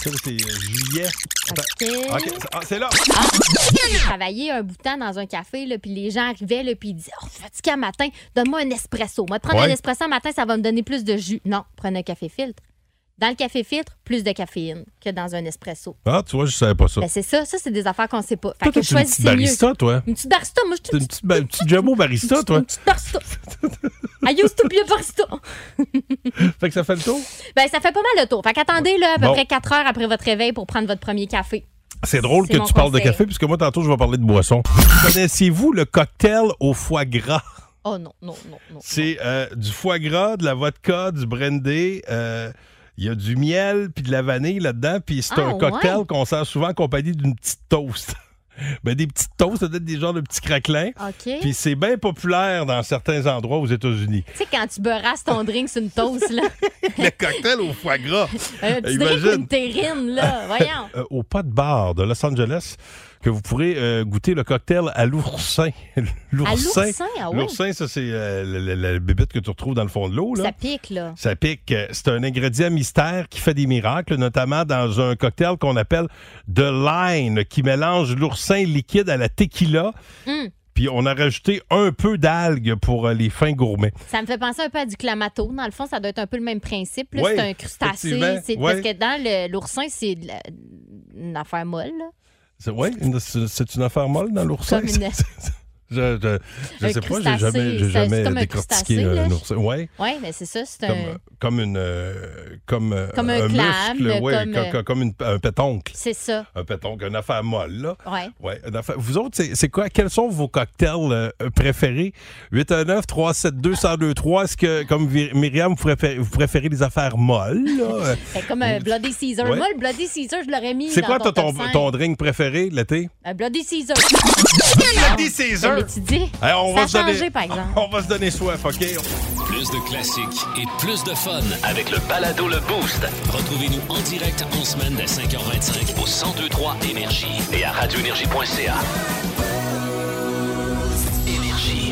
Speaker 3: Ça, c'est euh, juillet. Attends.
Speaker 7: Ok.
Speaker 3: Ok, c'est- ah, c'est là.
Speaker 7: J'ai travaillé un bout de temps dans un café, là, puis les gens arrivaient, là, puis ils disaient Oh, je suis fatiguée à matin, donne-moi un espresso. Moi, prendre
Speaker 11: Ouais.
Speaker 7: un espresso à matin, ça va me donner plus de jus. Non, prenez un café filtre. Dans le café filtre, plus de caféine que dans un espresso.
Speaker 3: Ah, tu vois, je savais pas ça.
Speaker 7: Ben, c'est ça, ça, c'est des affaires qu'on sait pas. Fait
Speaker 3: Toi,
Speaker 7: que
Speaker 3: t'es
Speaker 7: je
Speaker 3: une
Speaker 7: choisis
Speaker 3: petite barista,
Speaker 7: mieux.
Speaker 3: toi.
Speaker 7: Une petite barista, moi, je
Speaker 3: T'es une petite, une petite jumbo barista, toi.
Speaker 7: suis barista. I used to be a barista.
Speaker 3: Fait que ça fait le tour.
Speaker 7: Ben, ça fait pas mal le tour. Fait qu'attendez, là, à peu
Speaker 3: Bon.
Speaker 7: près 4 heures après votre réveil pour prendre votre premier café.
Speaker 3: C'est drôle
Speaker 7: C'est
Speaker 3: que
Speaker 7: mon
Speaker 3: tu parles de
Speaker 7: conseil.
Speaker 3: café, puisque moi, tantôt, je vais parler de boisson. Connaissez-vous le cocktail au foie gras?
Speaker 7: Oh non, non, non, non.
Speaker 3: C'est euh, du foie gras, de la vodka, du brandy. euh, Il y a du miel puis de la vanille là-dedans. Puis c'est
Speaker 12: Ah,
Speaker 3: un cocktail
Speaker 12: ouais?
Speaker 3: qu'on sert souvent en compagnie d'une petite toast. Ben, des petites toasts, ça doit être des genres de petits craquelins.
Speaker 7: OK.
Speaker 3: Puis c'est bien populaire dans certains endroits aux États-Unis.
Speaker 7: Tu sais, quand tu beurasses ton drink sur une toast, là.
Speaker 3: Le cocktail au foie gras.
Speaker 7: Un petit drink ou
Speaker 3: Euh, Imagine.
Speaker 7: une terrine, là. Voyons.
Speaker 3: Euh, au pas de bar de Los Angeles que vous pourrez euh, goûter le cocktail à l'oursin.
Speaker 7: À l'oursin, ah oui.
Speaker 3: L'oursin, ça, c'est euh, la, la- la bébête que tu retrouves dans le fond de l'eau. là.
Speaker 7: Ça pique, là.
Speaker 3: Ça pique. Euh, C'est un ingrédient mystère qui fait des miracles, notamment dans un cocktail qu'on appelle The Line, qui mélange l'oursin liquide à la tequila.
Speaker 7: Hum,
Speaker 3: Puis on a rajouté un peu d'algues pour euh, les fins gourmets.
Speaker 7: Ça me fait penser un peu à du clamato. Dans le fond, ça doit être un peu le même principe. là.
Speaker 3: Ouais,
Speaker 7: c'est un crustacé.
Speaker 3: effectivement,
Speaker 7: c'est-
Speaker 3: ouais.
Speaker 7: Parce que dans le- l'oursin, c'est de la- une affaire molle. là.
Speaker 3: C'est ouais, une- c'est c'est une affaire molle dans l'oursin.
Speaker 7: Comme une-
Speaker 3: Je, je, je
Speaker 7: Un
Speaker 3: sais pas, j'ai
Speaker 7: crustacé,
Speaker 3: jamais, j'ai
Speaker 7: c'est- c'est
Speaker 3: jamais
Speaker 7: comme un
Speaker 3: décortiqué
Speaker 7: crustacé,
Speaker 3: un
Speaker 7: là.
Speaker 3: oursin. Ouais.
Speaker 7: Oui, mais c'est ça. C'est
Speaker 3: comme, euh,
Speaker 7: un.
Speaker 3: comme une euh, comme, euh,
Speaker 7: Comme un clam,
Speaker 3: muscle, ouais,
Speaker 7: comme,
Speaker 3: co- co-
Speaker 7: euh,
Speaker 3: comme une- un pétoncle
Speaker 7: C'est ça.
Speaker 3: un pétoncle une affaire molle là
Speaker 7: Ouais.
Speaker 3: Ouais, une affaire- vous autres c'est c'est quoi quels sont vos cocktails euh, préférés 819 372 1023 est-ce que comme Vi- Myriam vous préférez, vous préférez les affaires molles là?
Speaker 7: C'est comme un Bloody Caesar.
Speaker 3: Ouais.
Speaker 7: Moi, le Bloody Caesar, je l'aurais mis.
Speaker 3: c'est
Speaker 7: dans
Speaker 3: quoi toi, ton,
Speaker 7: top cinq.
Speaker 3: ton drink préféré l'été
Speaker 7: Un Bloody Caesar.
Speaker 3: Bloody Caesar?
Speaker 7: Mais tu dis.
Speaker 3: Hey, on
Speaker 7: ça
Speaker 3: va se
Speaker 7: a changé,
Speaker 3: donner-
Speaker 7: par exemple.
Speaker 3: on va se donner soif OK
Speaker 2: Plus de classiques et plus de fun avec le balado Le Boost. Retrouvez-nous en direct en semaine dès 5h25 au 1023 Énergie et à radioénergie.ca.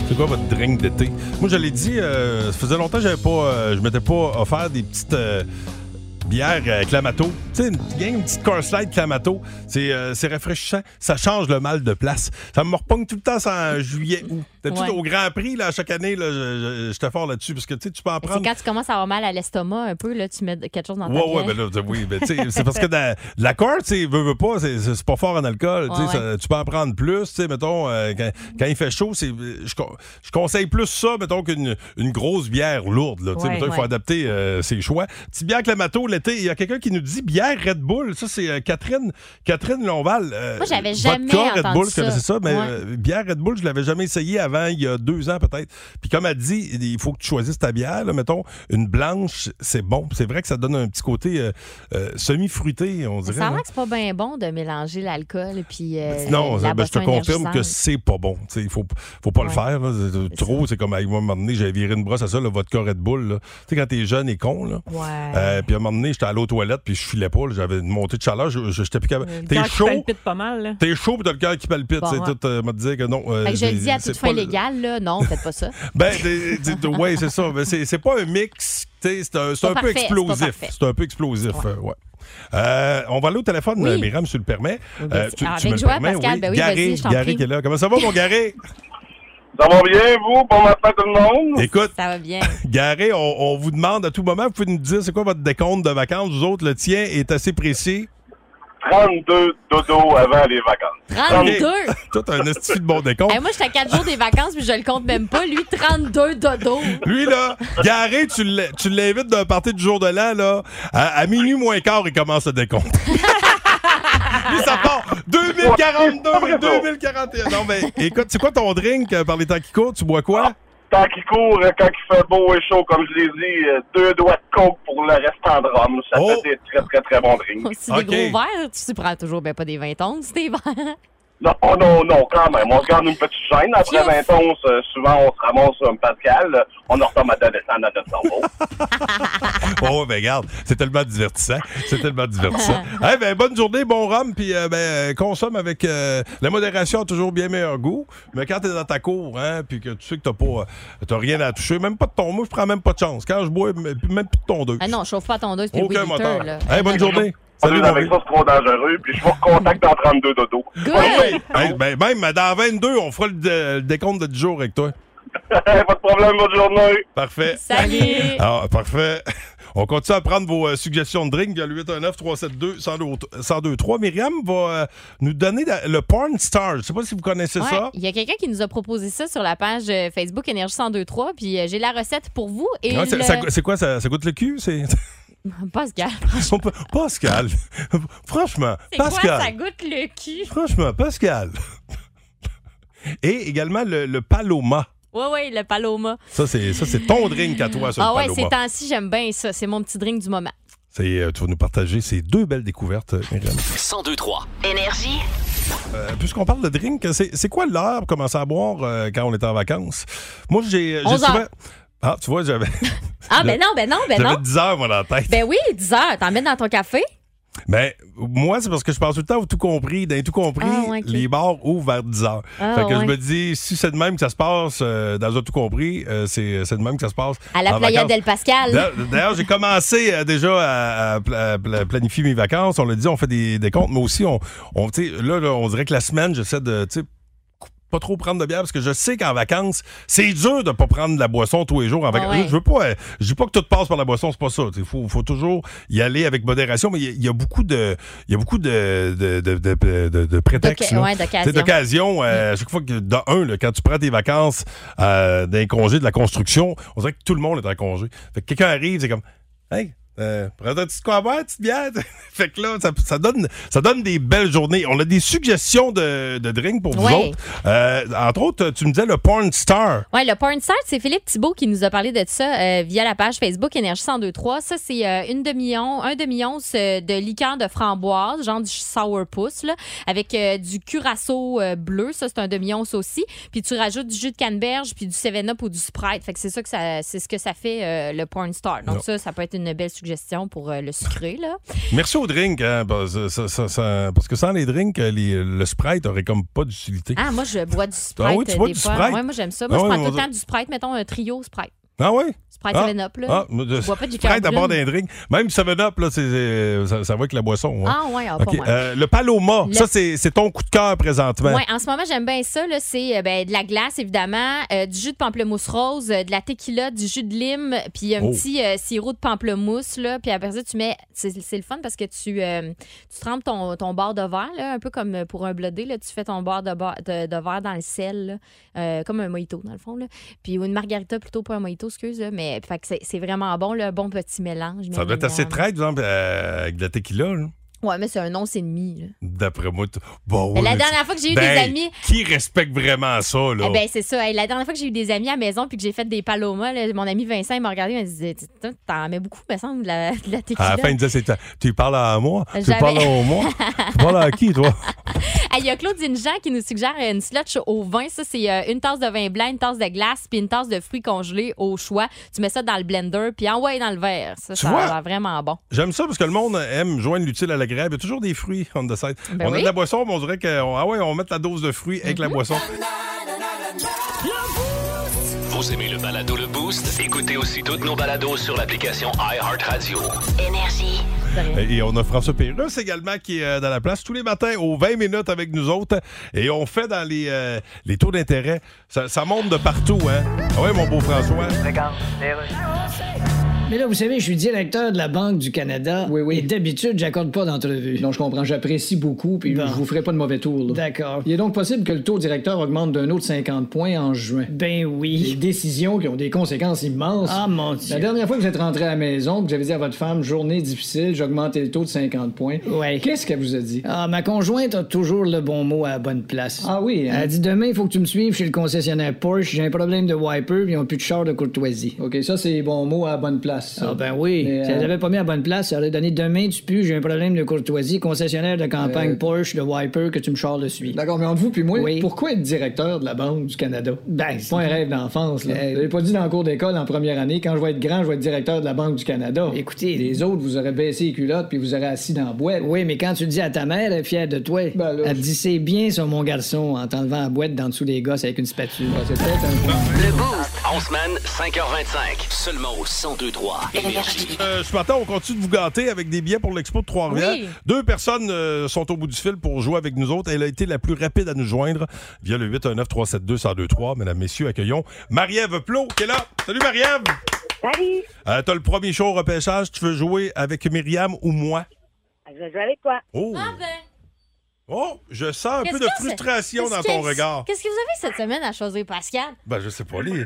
Speaker 3: C'est quoi votre drink d'été? Moi, je l'ai dit, euh, ça faisait longtemps que j'avais pas, euh, je m'étais pas offert des petites euh, bières euh, Clamato. Tu sais, une petite gang, une petite Coors Light Clamato. C'est euh, c'est rafraîchissant. Ça change le mal de place. Ça me repogne tout le temps ça, en juillet, août. D'habitude,
Speaker 7: Ouais.
Speaker 3: au Grand Prix, là, chaque année, là, je- je- j'étais fort là-dessus parce que tu sais, tu peux en
Speaker 7: Mais C'est
Speaker 3: prendre.
Speaker 7: quand tu commences à avoir mal à l'estomac un peu, là, tu mets quelque chose dans ta
Speaker 3: Ouais, ouais,
Speaker 7: bière.
Speaker 3: ben là, t'sais, oui, ben, t'sais, c'est parce que de la, de la Coors, tu sais, veux, veux pas, c'est- c'est c'est pas fort en alcool. tu sais,
Speaker 7: Ouais,
Speaker 3: ça- tu peux en prendre plus, tu sais, mettons, euh, quand, quand il fait chaud, c'est, je, con- je conseille plus ça, mettons, qu'une une grosse bière lourde, là, tu sais,
Speaker 12: Ouais,
Speaker 3: mettons, il faut
Speaker 12: ouais.
Speaker 3: adapter euh, ses choix. Petite bière Clamato, l'été, il y a quelqu'un qui nous dit bière Red Bull, ça, c'est euh, Catherine, Catherine Lonval. euh,
Speaker 7: Moi, j'avais
Speaker 3: vodka
Speaker 7: jamais
Speaker 3: Red
Speaker 7: entendu
Speaker 3: Bull, je
Speaker 7: ça.
Speaker 3: connaissais ça, mais
Speaker 7: Ouais.
Speaker 3: euh, bière Red Bull, je l'avais jamais essayé avant, il y a deux ans peut-être. Puis comme elle dit, il faut que tu choisisses ta bière. là. mettons, une blanche, c'est bon. Puis C'est vrai que ça donne un petit côté euh, euh, semi-fruité, on
Speaker 7: Mais
Speaker 3: dirait.
Speaker 7: Ça a
Speaker 3: non?
Speaker 7: l'air que c'est pas bien bon de mélanger l'alcool et puis. euh,
Speaker 3: Non,
Speaker 7: la
Speaker 3: ben, je te
Speaker 7: boisson
Speaker 3: confirme que
Speaker 7: énergisante.
Speaker 3: c'est pas bon. Tu sais, Il faut, faut pas le
Speaker 7: Ouais.
Speaker 3: faire. là. C'est- Trop, c'est comme à un moment donné, j'avais viré une brosse à ça, le vodka Red Bull. là. Tu sais, quand t'es jeune et con, là.
Speaker 10: Ouais.
Speaker 3: Euh, puis à un moment donné, j'étais allé aux toilettes, puis je filais pas. là. J'avais une montée de chaleur. je- je- J'étais plus capable.
Speaker 10: Le
Speaker 3: T'es
Speaker 10: cœur qui
Speaker 3: chaud,
Speaker 10: palpite pas mal, là.
Speaker 3: t'es chaud, puis t'as le cœur qui palpite.
Speaker 10: Bon,
Speaker 3: c'est
Speaker 10: ouais.
Speaker 3: tout euh, m'a dit que non. euh,
Speaker 7: Fait que je le
Speaker 3: j'ai-
Speaker 7: dis à
Speaker 3: c'est
Speaker 7: toute fin
Speaker 3: pas le-
Speaker 7: légale, là. Non, faites pas ça.
Speaker 3: Ben, des- des- des- ouais, c'est ça. Ben, c'est, c'est pas un mix. tu sais, C'est un, c'est
Speaker 7: C'est
Speaker 3: un
Speaker 7: pas
Speaker 3: peu
Speaker 7: parfait, c'est pas
Speaker 3: explosif.
Speaker 7: parfait.
Speaker 3: C'est un peu explosif. euh, ouais. Euh, on va aller au téléphone,
Speaker 7: Oui.
Speaker 3: euh, Myriam, si tu le permets. Euh, tu,
Speaker 7: Avec
Speaker 3: tu me le
Speaker 7: joie,
Speaker 3: permets,
Speaker 7: Pascal,
Speaker 3: oui.
Speaker 7: ben oui,
Speaker 3: Garé,
Speaker 7: vas-y, je t'en
Speaker 3: Garé
Speaker 7: prie.
Speaker 3: qui est là. Comment ça va, mon Garé?
Speaker 4: Ça va bien, vous? Bon matin, tout le monde?
Speaker 3: Écoute,
Speaker 7: Ça va bien.
Speaker 3: Garé, on, on vous demande à tout moment, vous pouvez nous dire c'est quoi votre décompte de vacances. Vous autres, le tien est assez précis.
Speaker 4: 32 dodo avant les vacances.
Speaker 7: 32!
Speaker 3: Toi, t'as un esti de bon décompte.
Speaker 7: Hey, moi, j'étais à 4 jours des vacances, puis je le compte même pas. Lui, 32 dodo.
Speaker 3: Lui, là, Garé, tu l'in- tu l'invites d'un party du jour de l'an, là. À, à minuit moins quart, il commence le décompte. Lui, ça part 2042 2041. Non, mais écoute, c'est quoi ton drink euh, par les temps qui courent? Tu bois quoi?
Speaker 4: Tant qu'il court, euh, quand il fait beau et chaud, comme je l'ai dit, euh, deux doigts de coke pour le restant de rhum. Ça fait des très, très, très bons drinks.
Speaker 7: C'est des gros verres. Tu sais, prends toujours ben, pas des 20 onces, tes verres.
Speaker 4: Non, oh non, non, quand même. On se garde une petite chaîne. Après 20 ans, souvent, on se ramasse comme Pascal. On en retombe adolescent dans notre cerveau.
Speaker 3: Oh, ben regarde, c'est tellement divertissant. C'est tellement divertissant. Eh ben, bonne journée, bon rhum, puis euh, ben, euh, consomme avec euh, la modération a toujours bien meilleur goût. Mais quand t'es dans ta cour, hein, puis que tu sais que t'as pas, euh, t'as rien à toucher, même pas de ton, moi je prends même pas de chance. Quand je bois, m- même plus de ton deux.
Speaker 7: Ah non, chauffe pas ton dos, c'est
Speaker 3: Aucun
Speaker 7: Weed Eater,
Speaker 3: moteur.
Speaker 7: là.
Speaker 3: Eh, bonne journée.
Speaker 4: Salut, avec ça, c'est trop dangereux. Puis je vous recontacte dans 32 dodo.
Speaker 3: Ah
Speaker 7: Good!
Speaker 3: Hey, ben, même dans 22, on fera le, dé- le décompte de 10 jours avec toi.
Speaker 4: Pas de problème, bonne journée.
Speaker 3: Parfait.
Speaker 7: Salut!
Speaker 3: Ah, parfait. On continue à prendre vos euh, suggestions de drink via le 819-372-1023. Myriam va euh, nous donner la- le Porn Star. Je sais pas si vous connaissez
Speaker 7: Ouais,
Speaker 3: ça.
Speaker 7: Il y a quelqu'un qui nous a proposé ça sur la page euh, Facebook Énergie 1023, puis euh, j'ai la recette pour vous. Et
Speaker 3: Ouais, c'est,
Speaker 7: le-
Speaker 3: Ah, ça go- c'est quoi, ça, ça goûte le cul? C'est...
Speaker 7: Pascal,
Speaker 3: On peut- Pascal, franchement,
Speaker 7: c'est quoi
Speaker 3: Pascal,
Speaker 7: ça goûte le cul?
Speaker 3: franchement, Pascal. Et également le, le Paloma.
Speaker 7: Ouais, ouais, le paloma.
Speaker 3: Ça c'est, ça, Ah, c'est ton drink à toi, ça,
Speaker 7: Ah
Speaker 3: le
Speaker 7: ouais,
Speaker 3: Paloma.
Speaker 7: ces temps-ci, j'aime bien ça. C'est mon petit drink du moment.
Speaker 3: C'est, euh, tu vas nous partager ces deux belles découvertes, Myriam.
Speaker 2: 1023.
Speaker 11: Énergie.
Speaker 3: Euh, Puisqu'on parle de drink, c'est c'est quoi l'heure pour commencer à boire euh, quand on est en vacances? Moi, j'ai j'ai
Speaker 7: 11
Speaker 3: souvent.
Speaker 7: heures.
Speaker 3: Ah, tu vois, j'avais
Speaker 7: Ah, ben non, ben non, ben
Speaker 3: j'avais
Speaker 7: non.
Speaker 3: 10 heures, moi, dans la tête.
Speaker 7: Ben oui, 10 heures. T'en mets dans ton café?
Speaker 3: Mais moi, c'est parce que je passe tout le temps au tout compris. Dans les tout compris,
Speaker 7: Ah, ouais, ok.
Speaker 3: les bars ouvrent vers 10 heures.
Speaker 7: Ah,
Speaker 3: fait que
Speaker 7: ouais.
Speaker 3: je me dis, si c'est de même que ça se passe euh, dans un tout compris, euh, c'est c'est de même que ça se passe.
Speaker 7: À la
Speaker 3: en
Speaker 7: Playa
Speaker 3: vacances.
Speaker 7: del Pascal.
Speaker 3: D'ailleurs- D'ailleurs, j'ai commencé euh, déjà à, à pla- à pla- planifier mes vacances. On l'a dit, on fait des, des comptes, mais aussi, on, on, tu sais, là, là, on dirait que la semaine, j'essaie de tu sais, pas trop prendre de bière parce que je sais qu'en vacances, c'est dur de pas prendre de la boisson tous les jours en vacances.
Speaker 7: ouais.
Speaker 3: Je veux pas, euh, je dis pas que tout passe par la boisson, c'est pas ça. Il faut, faut toujours y aller avec modération, mais il y a- il y, a beaucoup de, il y a beaucoup de, de, de, de- de- de- de prétextes.
Speaker 7: D'oc-
Speaker 3: là.
Speaker 7: ouais, d'occasion.
Speaker 3: T'sais, d'occasion. euh, à chaque fois que, de un, là, quand tu prends tes vacances euh, d'un congé de la construction, on dirait que tout le monde est en congé. Fait que quelqu'un arrive, c'est comme, hey, euh, prends un petit quoi à boire, petite bière. fait que là, ça, ça donne, ça donne des belles journées. On a des suggestions de, de drinks pour vous
Speaker 7: Ouais.
Speaker 3: autres. Euh, entre autres, tu me disais le porn star.
Speaker 7: Ouais, le porn star, c'est Philippe Thibault qui nous a parlé de ça euh, via la page Facebook Énergie 1023. Ça, c'est euh, une demi-once, un demi-once euh, de liqueur de framboise, genre du sourpuss, là, avec euh, du curaçao euh, bleu. Ça, c'est un demi-once aussi. Puis tu rajoutes du jus de canneberge, puis du 7-Up ou du Sprite. Fait que c'est ça que ça, c'est ce que ça fait euh, le porn star. Donc
Speaker 3: Non.
Speaker 7: ça, ça peut être une belle suggestion pour euh, le sucré, là.
Speaker 3: Merci aux drinks, hein, parce, ça- ça- ça- parce que sans les drinks, les- le Sprite aurait comme pas d'utilité.
Speaker 7: Ah, moi, je bois du Sprite. euh,
Speaker 3: Ah oui, tu bois
Speaker 7: des
Speaker 3: du
Speaker 7: fois.
Speaker 3: Sprite?
Speaker 7: Ouais, moi, j'aime ça. Moi,
Speaker 3: Ah
Speaker 7: je
Speaker 3: ouais,
Speaker 7: prends tout
Speaker 3: on
Speaker 7: le temps du Sprite. Mettons un trio Sprite.
Speaker 3: Ah ouais?
Speaker 7: Sprite
Speaker 3: Ah.
Speaker 7: 7-Up, là.
Speaker 3: Ah, mais de-
Speaker 7: Je bois pas du
Speaker 3: Sprite à
Speaker 7: Carbrune.
Speaker 3: bord d'un drink. Même 7-Up, là, c'est- c'est- ça, ça va avec la boisson. hein. ouais.
Speaker 7: Ah, ouais, ah, pas
Speaker 3: OK,
Speaker 7: moi.
Speaker 3: euh, ben- le Paloma,
Speaker 7: Le-
Speaker 3: ça, c'est c'est ton coup de cœur présentement.
Speaker 7: Ouais, en ce moment, j'aime bien ça. là. C'est euh, ben, de la glace, évidemment, euh, du jus de pamplemousse rose, euh, de la tequila, du jus de lime, puis un
Speaker 3: Oh.
Speaker 7: petit euh, sirop de pamplemousse. Là, puis après ça, tu mets. C'est c'est le fun parce que tu, euh, tu trempes ton, ton bord de verre, là, un peu comme pour un blodé. Là, tu fais ton bord de, bar- de, de verre dans le sel, là, euh, comme un mojito, dans le fond. Là. Puis ou une margarita, plutôt pas un mojito, excuse. là, mais fait que c'est- c'est vraiment bon, là, un bon petit mélange.
Speaker 3: Ça doit être assez
Speaker 7: très.
Speaker 3: traite, exemple, euh, avec de la tequila, là.
Speaker 7: Ouais, mais c'est un once et demi. là.
Speaker 3: d'après moi. t- Bon,
Speaker 7: Mais
Speaker 3: ouais,
Speaker 7: la
Speaker 3: mais
Speaker 7: dernière
Speaker 3: tu-
Speaker 7: fois que j'ai eu
Speaker 3: Ben,
Speaker 7: des amis.
Speaker 3: Qui respecte vraiment ça, là?
Speaker 7: Eh ben c'est ça. Hey, la dernière fois que j'ai eu des amis à la maison puis que j'ai fait des palomas, là, mon ami Vincent il m'a regardé il m'a dit T'en- T'en mets beaucoup, me semble, de la, de la tequila.
Speaker 3: à la fin, il disait, c'est ta- tu parles à moi, tu
Speaker 7: J'avais-
Speaker 3: parles à moi, tu parles à qui, toi?
Speaker 7: Hey, Il y a Claudine Jean qui nous suggère une slotch au vin. Ça, c'est euh, une tasse de vin blanc, une tasse de glace puis une tasse de fruits congelés au choix. Tu mets ça dans le blender puis envoie dans le verre. Ça,
Speaker 3: Tu
Speaker 7: ça
Speaker 3: vois?
Speaker 7: a l'air vraiment bon.
Speaker 3: J'aime ça parce que le monde aime joindre l'utile à l'agréable. Il y a toujours des fruits on the side.
Speaker 7: Ben
Speaker 3: on a
Speaker 7: oui. Mhm.
Speaker 3: de la boisson, mais on dirait que on- ah ouais, on met la dose de fruits avec la boisson.
Speaker 2: Vous aimez le balado Le Boost? Écoutez aussi toutes nos balados sur l'application iHeartRadio.
Speaker 11: Énergie.
Speaker 3: Et on a François Pérusse également qui est euh, dans la place tous les matins aux 20 minutes avec nous autres. Et on fait dans les, euh, les taux d'intérêt. Ça, ça monte de partout, hein? Ah ouais, mon beau François.
Speaker 6: Mais là, vous savez, je suis directeur de la Banque du Canada. Oui, oui. Et d'habitude, j'accorde pas d'entrevue. Non, je comprends. J'apprécie beaucoup, puis je vous ferai pas de mauvais tour. D'accord. Il est donc possible que le taux directeur augmente d'un autre 50 points en juin. Ben oui. Des décisions qui ont des conséquences immenses. Ah, mon Dieu. La dernière fois que vous êtes rentré à la maison, que j'avais dit à votre femme, journée difficile, j'ai augmenté le taux de 50 points. Ouais. Qu'est-ce qu'elle vous a dit? Ah, ma conjointe a toujours le bon mot à la bonne place. Ah oui, Elle dit demain, il faut que tu me suives chez le concessionnaire Porsche. J'ai un problème de wiper, puis ils ont plus de char de courtoisie. OK, ça, c'est bon mot à la bonne place. place. Ah ben oui. Si elle l'avait pas mis à bonne place, ça aurait donné demain du pu, j'ai un problème de courtoisie, concessionnaire de campagne
Speaker 11: Euh,
Speaker 6: Porsche, de Wiper, que tu me charles dessus. D'accord, mais entre vous puis moi, pourquoi être directeur de la Banque du Canada? Ben, c'est Euh, pas un rêve d'enfance, là. Vous l'avez pas dit dans le cours d'école en première année, quand je vais être grand, je vais être directeur de la Banque du Canada. Écoutez. Les autres, vous aurez baissé les culottes puis vous aurez assis dans la boîte. Ben Oui, mais quand tu dis à ta mère, elle est fière de toi. elle te dit c'est bien sur mon garçon en t'enlevant la boîte d'en dessous des gosses avec une spatule. Ben, c'est peut-être un
Speaker 2: Le Boost. En semaine, 5h25. Seulement au 102.3 Énergie.
Speaker 3: Euh, ce matin, on continue de vous gâter avec des billets pour l'Expo de Trois-Rivières.
Speaker 2: Oui.
Speaker 3: Deux personnes euh, sont au bout du fil pour jouer avec nous autres. Elle a été la plus rapide à nous joindre via le 819-372-1023. Mesdames, Messieurs, accueillons Marie-Ève Plot qui est là. Salut Marie-Ève!
Speaker 12: Salut!
Speaker 3: Euh, T'as le premier show au repêchage. Tu veux jouer avec Myriam ou moi?
Speaker 12: Je vais jouer avec toi.
Speaker 3: Oh. Ah Oh, je sens un peu de frustration dans ton regard.
Speaker 7: Qu'est-ce que vous avez cette semaine à choisir Pascal?
Speaker 3: Ben, je sais pas. Les,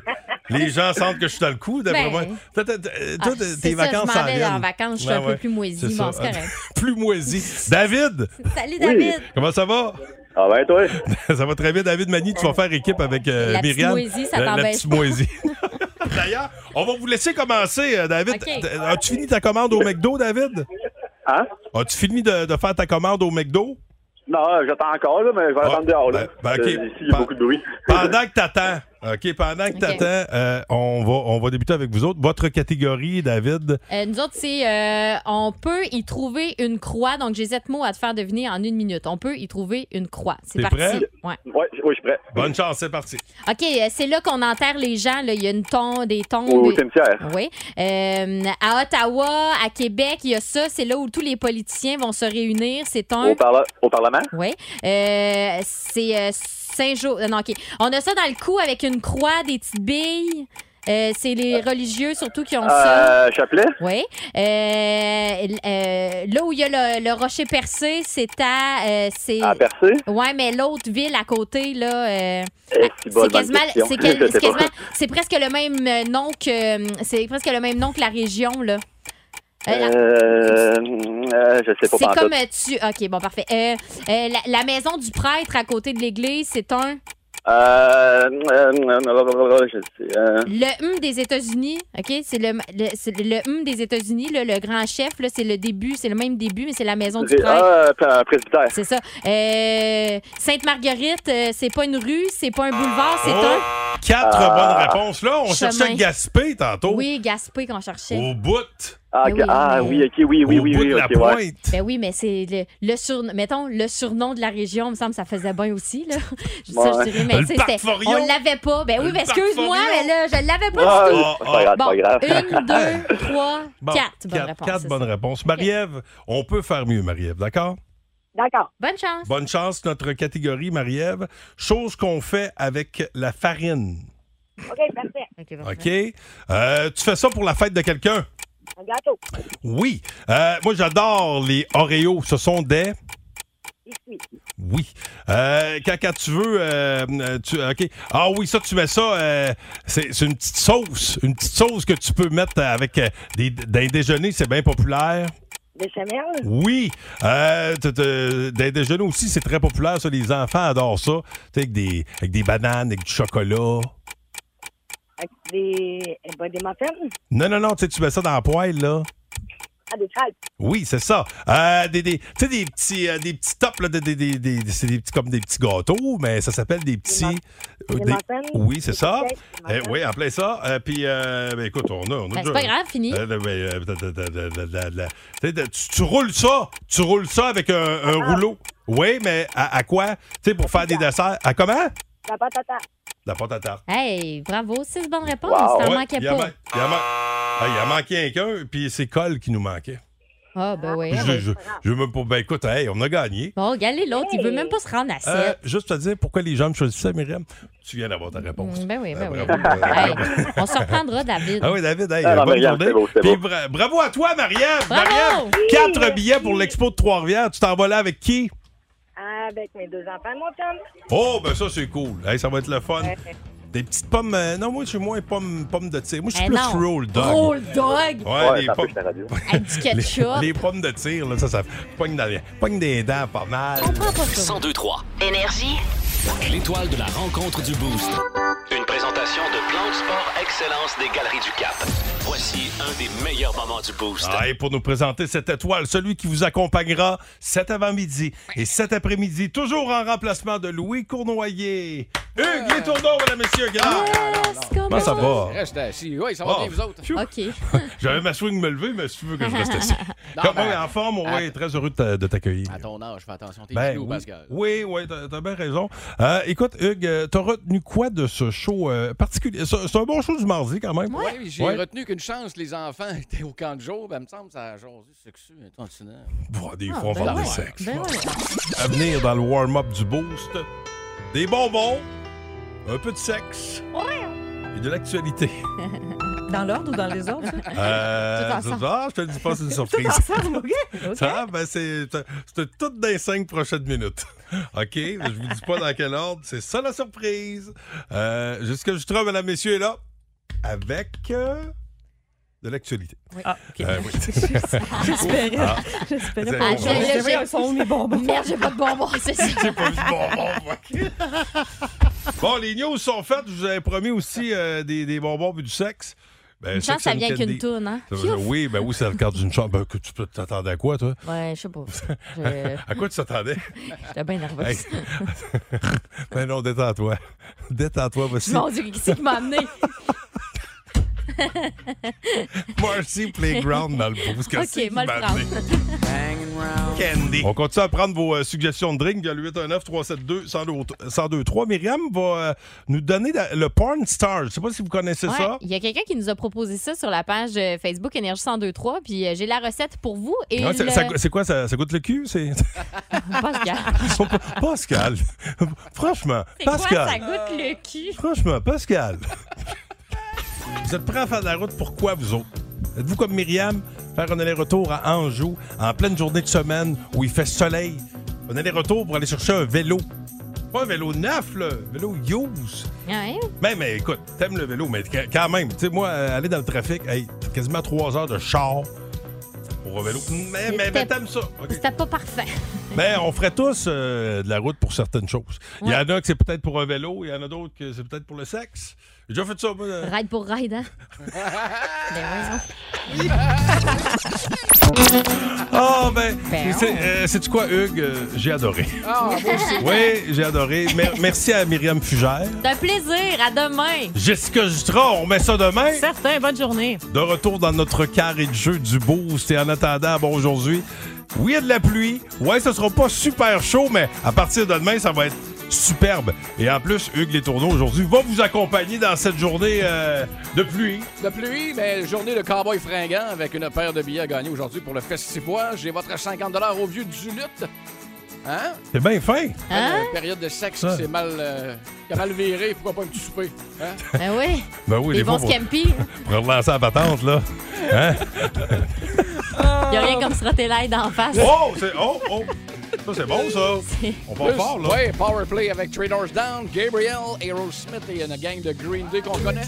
Speaker 3: les gens sentent que je suis dans le coup, d'après
Speaker 7: Ben.
Speaker 3: moi. Toi, t'as- t'as-
Speaker 7: Ah,
Speaker 3: toi, t'as-
Speaker 7: c'est
Speaker 3: tes
Speaker 7: ça,
Speaker 3: vacances
Speaker 7: je
Speaker 3: s'en
Speaker 7: m'en vais en
Speaker 3: viennent.
Speaker 7: vacances, je suis
Speaker 3: Ouais,
Speaker 7: un peu
Speaker 3: ouais.
Speaker 7: plus moisi,
Speaker 3: C'est ça.
Speaker 7: bon, c'est correct.
Speaker 3: plus moisi. David!
Speaker 7: Salut, David!
Speaker 3: Comment ça va? Ah ben toi? ça va très bien, David Mani. Tu vas faire équipe avec euh,
Speaker 7: La petite
Speaker 3: Myriam.
Speaker 7: moisie, ça
Speaker 3: Euh, La
Speaker 7: t'embête
Speaker 3: petite
Speaker 7: pas.
Speaker 3: moisie. D'ailleurs, on va vous laisser commencer, euh, David.
Speaker 7: Ok.
Speaker 3: T- As-tu fini ta commande au McDo, David? Hein? As-tu fini de, de faire ta commande au McDo?
Speaker 13: Non, euh, j'attends encore, là, mais je vais
Speaker 7: Ah,
Speaker 13: attendre dehors. Là.
Speaker 3: ben, ok.
Speaker 13: Euh, Ici, il y a beaucoup de bruit.
Speaker 3: Pendant que t'attends, OK, pendant que t'attends, euh, on, va, on va débuter avec vous autres. Votre catégorie, David,
Speaker 7: Euh, nous autres, c'est euh, on peut y trouver une croix. Donc, j'ai sept mots à te faire deviner en une minute. On peut y trouver une croix. C'est
Speaker 3: T'es
Speaker 7: parti.
Speaker 3: prêt?
Speaker 7: Ouais.
Speaker 13: Ouais, oui, je suis prêt.
Speaker 3: bonne chance, c'est parti.
Speaker 7: OK, euh, c'est là qu'on enterre les gens. là. Il y a une tombe, des tombes.
Speaker 13: Au
Speaker 7: des-
Speaker 13: cimetière.
Speaker 7: Oui. Euh, à Ottawa, à Québec, il y a ça. C'est là où tous les politiciens vont se réunir. C'est un.
Speaker 13: Au, parla- au Parlement?
Speaker 7: Oui. Euh, c'est euh, Saint-Jo. euh, Non, OK. On a ça dans le cou avec une croix, des petites billes. Euh, c'est les religieux surtout qui ont ça.
Speaker 13: Euh, Chapelet?
Speaker 7: Oui. Euh, euh, là où il y a le, le rocher percé, c'est à. euh, c'est...
Speaker 13: À Percé?
Speaker 7: Oui, mais l'autre ville à côté, là. euh,
Speaker 13: Eh, si bol, bonne
Speaker 7: c'est quasiment,
Speaker 13: question.
Speaker 7: c'est quel-
Speaker 13: Je sais
Speaker 7: c'est
Speaker 13: pas.
Speaker 7: quasiment- c'est presque le même euh, nom que, euh, c'est presque le même nom que la région là. Euh, la-
Speaker 13: Euh, euh, je sais pas.
Speaker 7: c'est
Speaker 13: pantoute.
Speaker 7: comme euh, tu, ok bon parfait. Euh, euh, la, la maison du prêtre à côté de l'église, c'est un
Speaker 13: Euh, euh, euh, euh, je sais. euh,
Speaker 7: le hum des États-Unis, ok c'est le le, c'est le hum des États-Unis là, le grand chef là, c'est le début, c'est le même début mais c'est la maison du
Speaker 13: j'ai-
Speaker 7: prêtre.
Speaker 13: ah, euh, pr- presbytère.
Speaker 7: C'est ça. Euh, Sainte-Marguerite, euh, c'est pas une rue, c'est pas un boulevard, c'est
Speaker 3: Oh,
Speaker 7: un.
Speaker 3: Quatre
Speaker 13: Ah.
Speaker 3: bonnes réponses. Là, on
Speaker 7: Chemin.
Speaker 3: cherchait Gaspé tantôt.
Speaker 7: Oui, Gaspé qu'on cherchait.
Speaker 3: Au bout.
Speaker 13: Ah,
Speaker 7: Mais oui,
Speaker 13: ah,
Speaker 7: mais-
Speaker 13: oui, ok, oui, oui,
Speaker 3: Au
Speaker 13: oui,
Speaker 3: bout
Speaker 13: oui,
Speaker 3: de la
Speaker 13: ok, ouais.
Speaker 3: pointe.
Speaker 7: Ben oui, mais c'est le, le surnom, mettons, le surnom de la région, me semble, ça faisait bien aussi, là. Je- Ça, je
Speaker 13: Ouais.
Speaker 7: dirais, mais
Speaker 13: Le
Speaker 7: tu sais,
Speaker 13: parc
Speaker 7: c'était-
Speaker 13: Forion.
Speaker 7: on l'avait pas. Ben oui,
Speaker 13: Le
Speaker 7: ben
Speaker 13: parc
Speaker 7: excuse-moi,
Speaker 13: Forion.
Speaker 7: mais là, je l'avais pas
Speaker 13: Ah,
Speaker 7: du tout.
Speaker 13: c'est pas grave,
Speaker 7: bon,
Speaker 13: pas grave.
Speaker 7: une, deux, trois,
Speaker 3: Bon,
Speaker 7: quatre bonnes
Speaker 3: quatre-
Speaker 7: réponses.
Speaker 3: quatre
Speaker 7: c'est
Speaker 3: bonnes
Speaker 7: ça.
Speaker 3: réponses. Marie-Ève, on peut faire mieux, Marie-Ève, d'accord?
Speaker 7: D'accord. Bonne chance.
Speaker 3: Bonne chance, notre catégorie, Marie-Ève. Chose qu'on fait avec la farine.
Speaker 12: OK, parfait.
Speaker 7: OK,
Speaker 3: OK? Euh, tu fais ça pour la fête de quelqu'un?
Speaker 12: Un gâteau.
Speaker 3: Oui. Euh, moi, j'adore les Oreos. Ce sont des.
Speaker 12: Biscuit.
Speaker 3: Oui. Euh, quand, quand tu veux. euh, euh, tu- OK. Ah oui, ça, tu mets ça. euh, c'est c'est une petite sauce. Une petite sauce que tu peux mettre avec euh, des, des déjeuners. C'est bien populaire.
Speaker 12: Béchamel.
Speaker 3: Oui. Euh, t'as- t'as- des déjeuners aussi, c'est très populaire. Ça, les enfants adorent ça. Tu sais, avec des, avec des bananes, avec du chocolat.
Speaker 12: Avec des, eh ben, des muffins.
Speaker 3: Non, non, non. Tu sais, tu mets ça dans la poêle, là.
Speaker 12: Ah, des crêpes.
Speaker 3: Oui, c'est ça. Euh, des, des, tu sais, des petits, euh, des petits tops, là, des, des, des, des- c'est des petits, comme des petits gâteaux, mais ça s'appelle des petits. euh,
Speaker 12: des
Speaker 3: des-
Speaker 12: muffins,
Speaker 3: oui, c'est
Speaker 12: des
Speaker 3: ça.
Speaker 12: cupcakes, des
Speaker 3: Eh
Speaker 12: muffins.
Speaker 3: oui, appelez ça. Euh, puis, euh, ben, écoute, on a. On a
Speaker 7: Ben, c'est
Speaker 3: déjà-
Speaker 7: pas grave, fini.
Speaker 3: Euh, ben, euh, da- da- da- da- da- da- da- Tu sais, da- tu- tu roules ça. Tu roules ça avec un, un
Speaker 12: Ah.
Speaker 3: rouleau. Oui, mais à, à quoi? Tu sais, pour faire des desserts. À comment?
Speaker 12: La pâte à tarte.
Speaker 3: La pâte à tarte.
Speaker 7: Hey, bravo, six bonnes réponses,
Speaker 3: Wow.
Speaker 7: t'en
Speaker 3: Ouais,
Speaker 7: manquait
Speaker 3: il y a
Speaker 7: pas.
Speaker 3: man- Il y a man- ah, il y a manqué un qu'un, puis c'est Cole qui nous manquait.
Speaker 7: Ah, ben oui.
Speaker 3: Je, je, je veux même pas. Ben écoute, hey, on a gagné.
Speaker 7: Bon, regarde les l'autre, il veut même pas se rendre à
Speaker 3: Euh,
Speaker 7: sept.
Speaker 3: juste te dire pourquoi les gens me choisissaient, Myriam. Tu viens d'avoir ta réponse.
Speaker 7: Mm, Ben oui, ben oui.
Speaker 3: Ah, bravo.
Speaker 7: Hey, on se reprendra, David.
Speaker 3: Ah oui, David, hey,
Speaker 13: Ah, non,
Speaker 3: bonne
Speaker 13: Myriam,
Speaker 3: journée.
Speaker 13: c'est beau, c'est
Speaker 3: Puis
Speaker 13: beau.
Speaker 3: bra- bravo à toi, Marie-Ève.
Speaker 7: Bravo!
Speaker 3: Marie-Ève,
Speaker 7: Oui,
Speaker 3: quatre billets pour l'expo de Trois-Rivières. Tu t'en vas là avec qui?
Speaker 12: Avec mes deux enfants, mon chum.
Speaker 3: Oh, ben ça, c'est cool. Hey, ça va être le fun.
Speaker 12: Ouais.
Speaker 3: Des petites pommes. euh, non, moi, je suis moins pommes, pommes de tir. Moi, je suis
Speaker 7: Eh
Speaker 3: plus
Speaker 7: non.
Speaker 3: roll dog.
Speaker 7: Roll dog.
Speaker 3: Ouais,
Speaker 13: Ouais,
Speaker 3: les
Speaker 13: ça
Speaker 3: pommes.
Speaker 13: fait la radio.
Speaker 7: Avec du ketchup.
Speaker 3: Les, les pommes de tir, là, ça, ça pogne, dans les- pogne des dents pas mal.
Speaker 2: 102.3 Énergie. L'étoile de la rencontre du Boost. Une présentation de Plan de Sport Excellence des Galeries du Cap. Voici un des meilleurs moments du Boost.
Speaker 3: Ah, et pour nous présenter cette étoile, celui qui vous accompagnera cet avant-midi et cet après-midi, toujours en remplacement de Louis Cournoyer. Hugues Létourneau, mesdames et messieurs, gars. Comment Ben, ça va?
Speaker 11: Reste assis. Oui, ça va
Speaker 3: Ah.
Speaker 11: bien, vous autres.
Speaker 7: OK.
Speaker 3: J'avais ma swing me lever, mais si tu veux que je reste assis.
Speaker 11: Non,
Speaker 3: Comme
Speaker 11: ben,
Speaker 3: on est en forme, on est
Speaker 11: att-
Speaker 3: très heureux de t'a- de t'accueillir.
Speaker 11: À ton âge, fais attention. T'es
Speaker 3: Ben
Speaker 11: ben, ou
Speaker 3: oui.
Speaker 11: Pascal.
Speaker 3: Oui, oui, t'as t'as bien raison. Euh, écoute, Hugues, euh, t'as retenu quoi de ce show euh, particulier? C'est c'est un bon show du mardi, quand même.
Speaker 11: Ouais, j'ai
Speaker 3: Ouais.
Speaker 11: retenu qu'une chance, les enfants étaient au camp de jour. Ben, me semble que ça a jasé sexu un continent.
Speaker 3: Bon, des
Speaker 11: Ah,
Speaker 3: fois, on
Speaker 11: ben
Speaker 3: parle
Speaker 11: ouais.
Speaker 3: de sexe.
Speaker 11: Ben ouais.
Speaker 7: Ah,
Speaker 3: À venir dans le warm-up du boost, des bonbons, un peu de sexe et de l'actualité.
Speaker 10: Dans l'ordre ou dans les autres?
Speaker 3: Euh,
Speaker 10: Tout ensemble.
Speaker 3: c'est ça, je te le dis pas, c'est une
Speaker 10: Tout
Speaker 3: surprise.
Speaker 10: ensemble, OK? OK.
Speaker 3: Ça, ben c'est c'est tout dans les cinq prochaines minutes. OK? Je vous dis pas dans quel ordre. C'est ça la surprise. Euh, Jusqu'à je trouve, mesdames, messieurs, est là avec euh, de l'actualité.
Speaker 10: Ah, OK.
Speaker 3: Euh, oui.
Speaker 10: J'espérais.
Speaker 3: Ah.
Speaker 10: J'espérais
Speaker 3: C'est
Speaker 10: pas.
Speaker 3: bon.
Speaker 10: C'est vrai, ils sont où, mes bonbons?
Speaker 7: Merde, j'ai pas de bonbons, c'est ça.
Speaker 3: J'ai pas vu de bonbons, Bon, les news sont faites. Je vous avais promis aussi euh, des, des bonbons puis du sexe. Ben,
Speaker 7: Une
Speaker 3: sexe
Speaker 7: chance, ça
Speaker 3: and
Speaker 7: vient qu'une
Speaker 3: candy.
Speaker 7: tourne, hein?
Speaker 3: Ça veut dire- oui, ben oui, c'est le cadre d'une chambre. Ben, que tu peux- t'attendais à quoi, toi?
Speaker 7: Ouais, je sais pas. Je-
Speaker 3: à quoi tu t'attendais?
Speaker 7: J'étais bien nerveuse.
Speaker 3: Hey. ben non, détends-toi. Détends-toi, voici.
Speaker 7: Mon Dieu, qui c'est qui m'a amené?
Speaker 3: Marcy Playground dans le boost. Qu'est-ce
Speaker 7: OK,
Speaker 3: qui
Speaker 7: moi le
Speaker 3: m'a amené?
Speaker 7: prendre.
Speaker 3: On continue à prendre vos euh, suggestions de drink. Il y a le 819-372-1023. Myriam va euh, nous donner la- le Porn Star. Je ne sais pas si vous connaissez
Speaker 7: Ouais,
Speaker 3: ça.
Speaker 7: Il y a quelqu'un qui nous a proposé ça sur la page euh, Facebook Énergie 1023, puis euh, j'ai la recette pour vous. Et
Speaker 3: Ah,
Speaker 7: le-
Speaker 3: c'est, ça- c'est quoi, ça, ça goûte le cul? C'est...
Speaker 7: Pascal.
Speaker 3: Pascal, franchement,
Speaker 7: C'est quoi,
Speaker 3: Pascal.
Speaker 7: ça goûte le cul?
Speaker 3: Franchement, Pascal. vous êtes prêts à faire de la route, pourquoi vous autres? Êtes-vous comme Myriam, faire un aller-retour à Anjou en pleine journée de semaine où il fait soleil? Un aller-retour pour aller chercher un vélo. Pas un vélo neuf, là, un vélo use.
Speaker 7: Ouais.
Speaker 3: Mais, mais écoute, t'aimes le vélo, mais qu- quand même, tu sais, moi, euh, aller dans le trafic, hey, t'as quasiment trois heures de char pour un vélo. Mais, mais, mais t'aimes ça.
Speaker 7: C'était pas parfait.
Speaker 3: Ben, on ferait tous euh, de la route pour certaines choses. Il y en a que c'est peut-être pour un vélo, il y en a d'autres que c'est peut-être pour le sexe. J'ai déjà fait ça, moi. euh,
Speaker 7: Ride pour ride, hein? ben,
Speaker 3: Ah, ben,
Speaker 7: Ben,
Speaker 3: c'est- euh, sais-tu quoi, Hugues? Euh, j'ai adoré.
Speaker 7: Ah, moi aussi.
Speaker 3: oui, j'ai adoré. Mer- merci à Myriam Fugère.
Speaker 7: C'est un plaisir. À demain.
Speaker 3: Jessica Jutra, on met ça demain.
Speaker 10: Certain, bonne journée.
Speaker 3: De retour dans notre carré de jeu du boost. Et en attendant, bon, aujourd'hui, oui, il y a de la pluie. Ouais, ce sera pas super chaud, mais à partir de demain, ça va être superbe. Et en plus, Hugues Les Tourneaux, aujourd'hui, va vous accompagner dans cette journée euh, de pluie.
Speaker 11: De pluie, mais journée de cowboy fringant avec une paire de billets à gagner aujourd'hui pour le Festivois. J'ai votre 50 au vieux du lutte. Hein?
Speaker 3: C'est bien fin.
Speaker 7: Hein?
Speaker 11: Une période de sexe
Speaker 3: Ça.
Speaker 11: qui s'est mal, euh, qui a mal viré. Pourquoi pas un petit souper? Hein?
Speaker 7: Ben oui.
Speaker 3: Ben oui,
Speaker 7: Des
Speaker 3: des
Speaker 7: bons
Speaker 3: fois, faut-
Speaker 7: scampi.
Speaker 3: Pour relancer la patente, là. Hein?
Speaker 7: Il n'y a rien comme se roter l'ail d'en face.
Speaker 3: Oh, c'est oh, oh. Ça, c'est bon, ça. On part
Speaker 11: Plus,
Speaker 3: fort, là.
Speaker 11: Ouais, power play avec Three Doors Down, Gabriel, Aerosmith et une gang de Green Day qu'on connaît.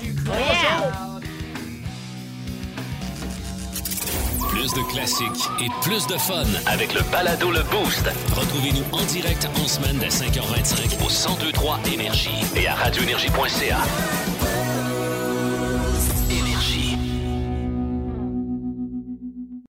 Speaker 2: Plus de classiques et plus de fun avec le balado Le Boost. Retrouvez-nous en direct en semaine dès 5h25 au 1023 Énergie et à radioénergie.ca.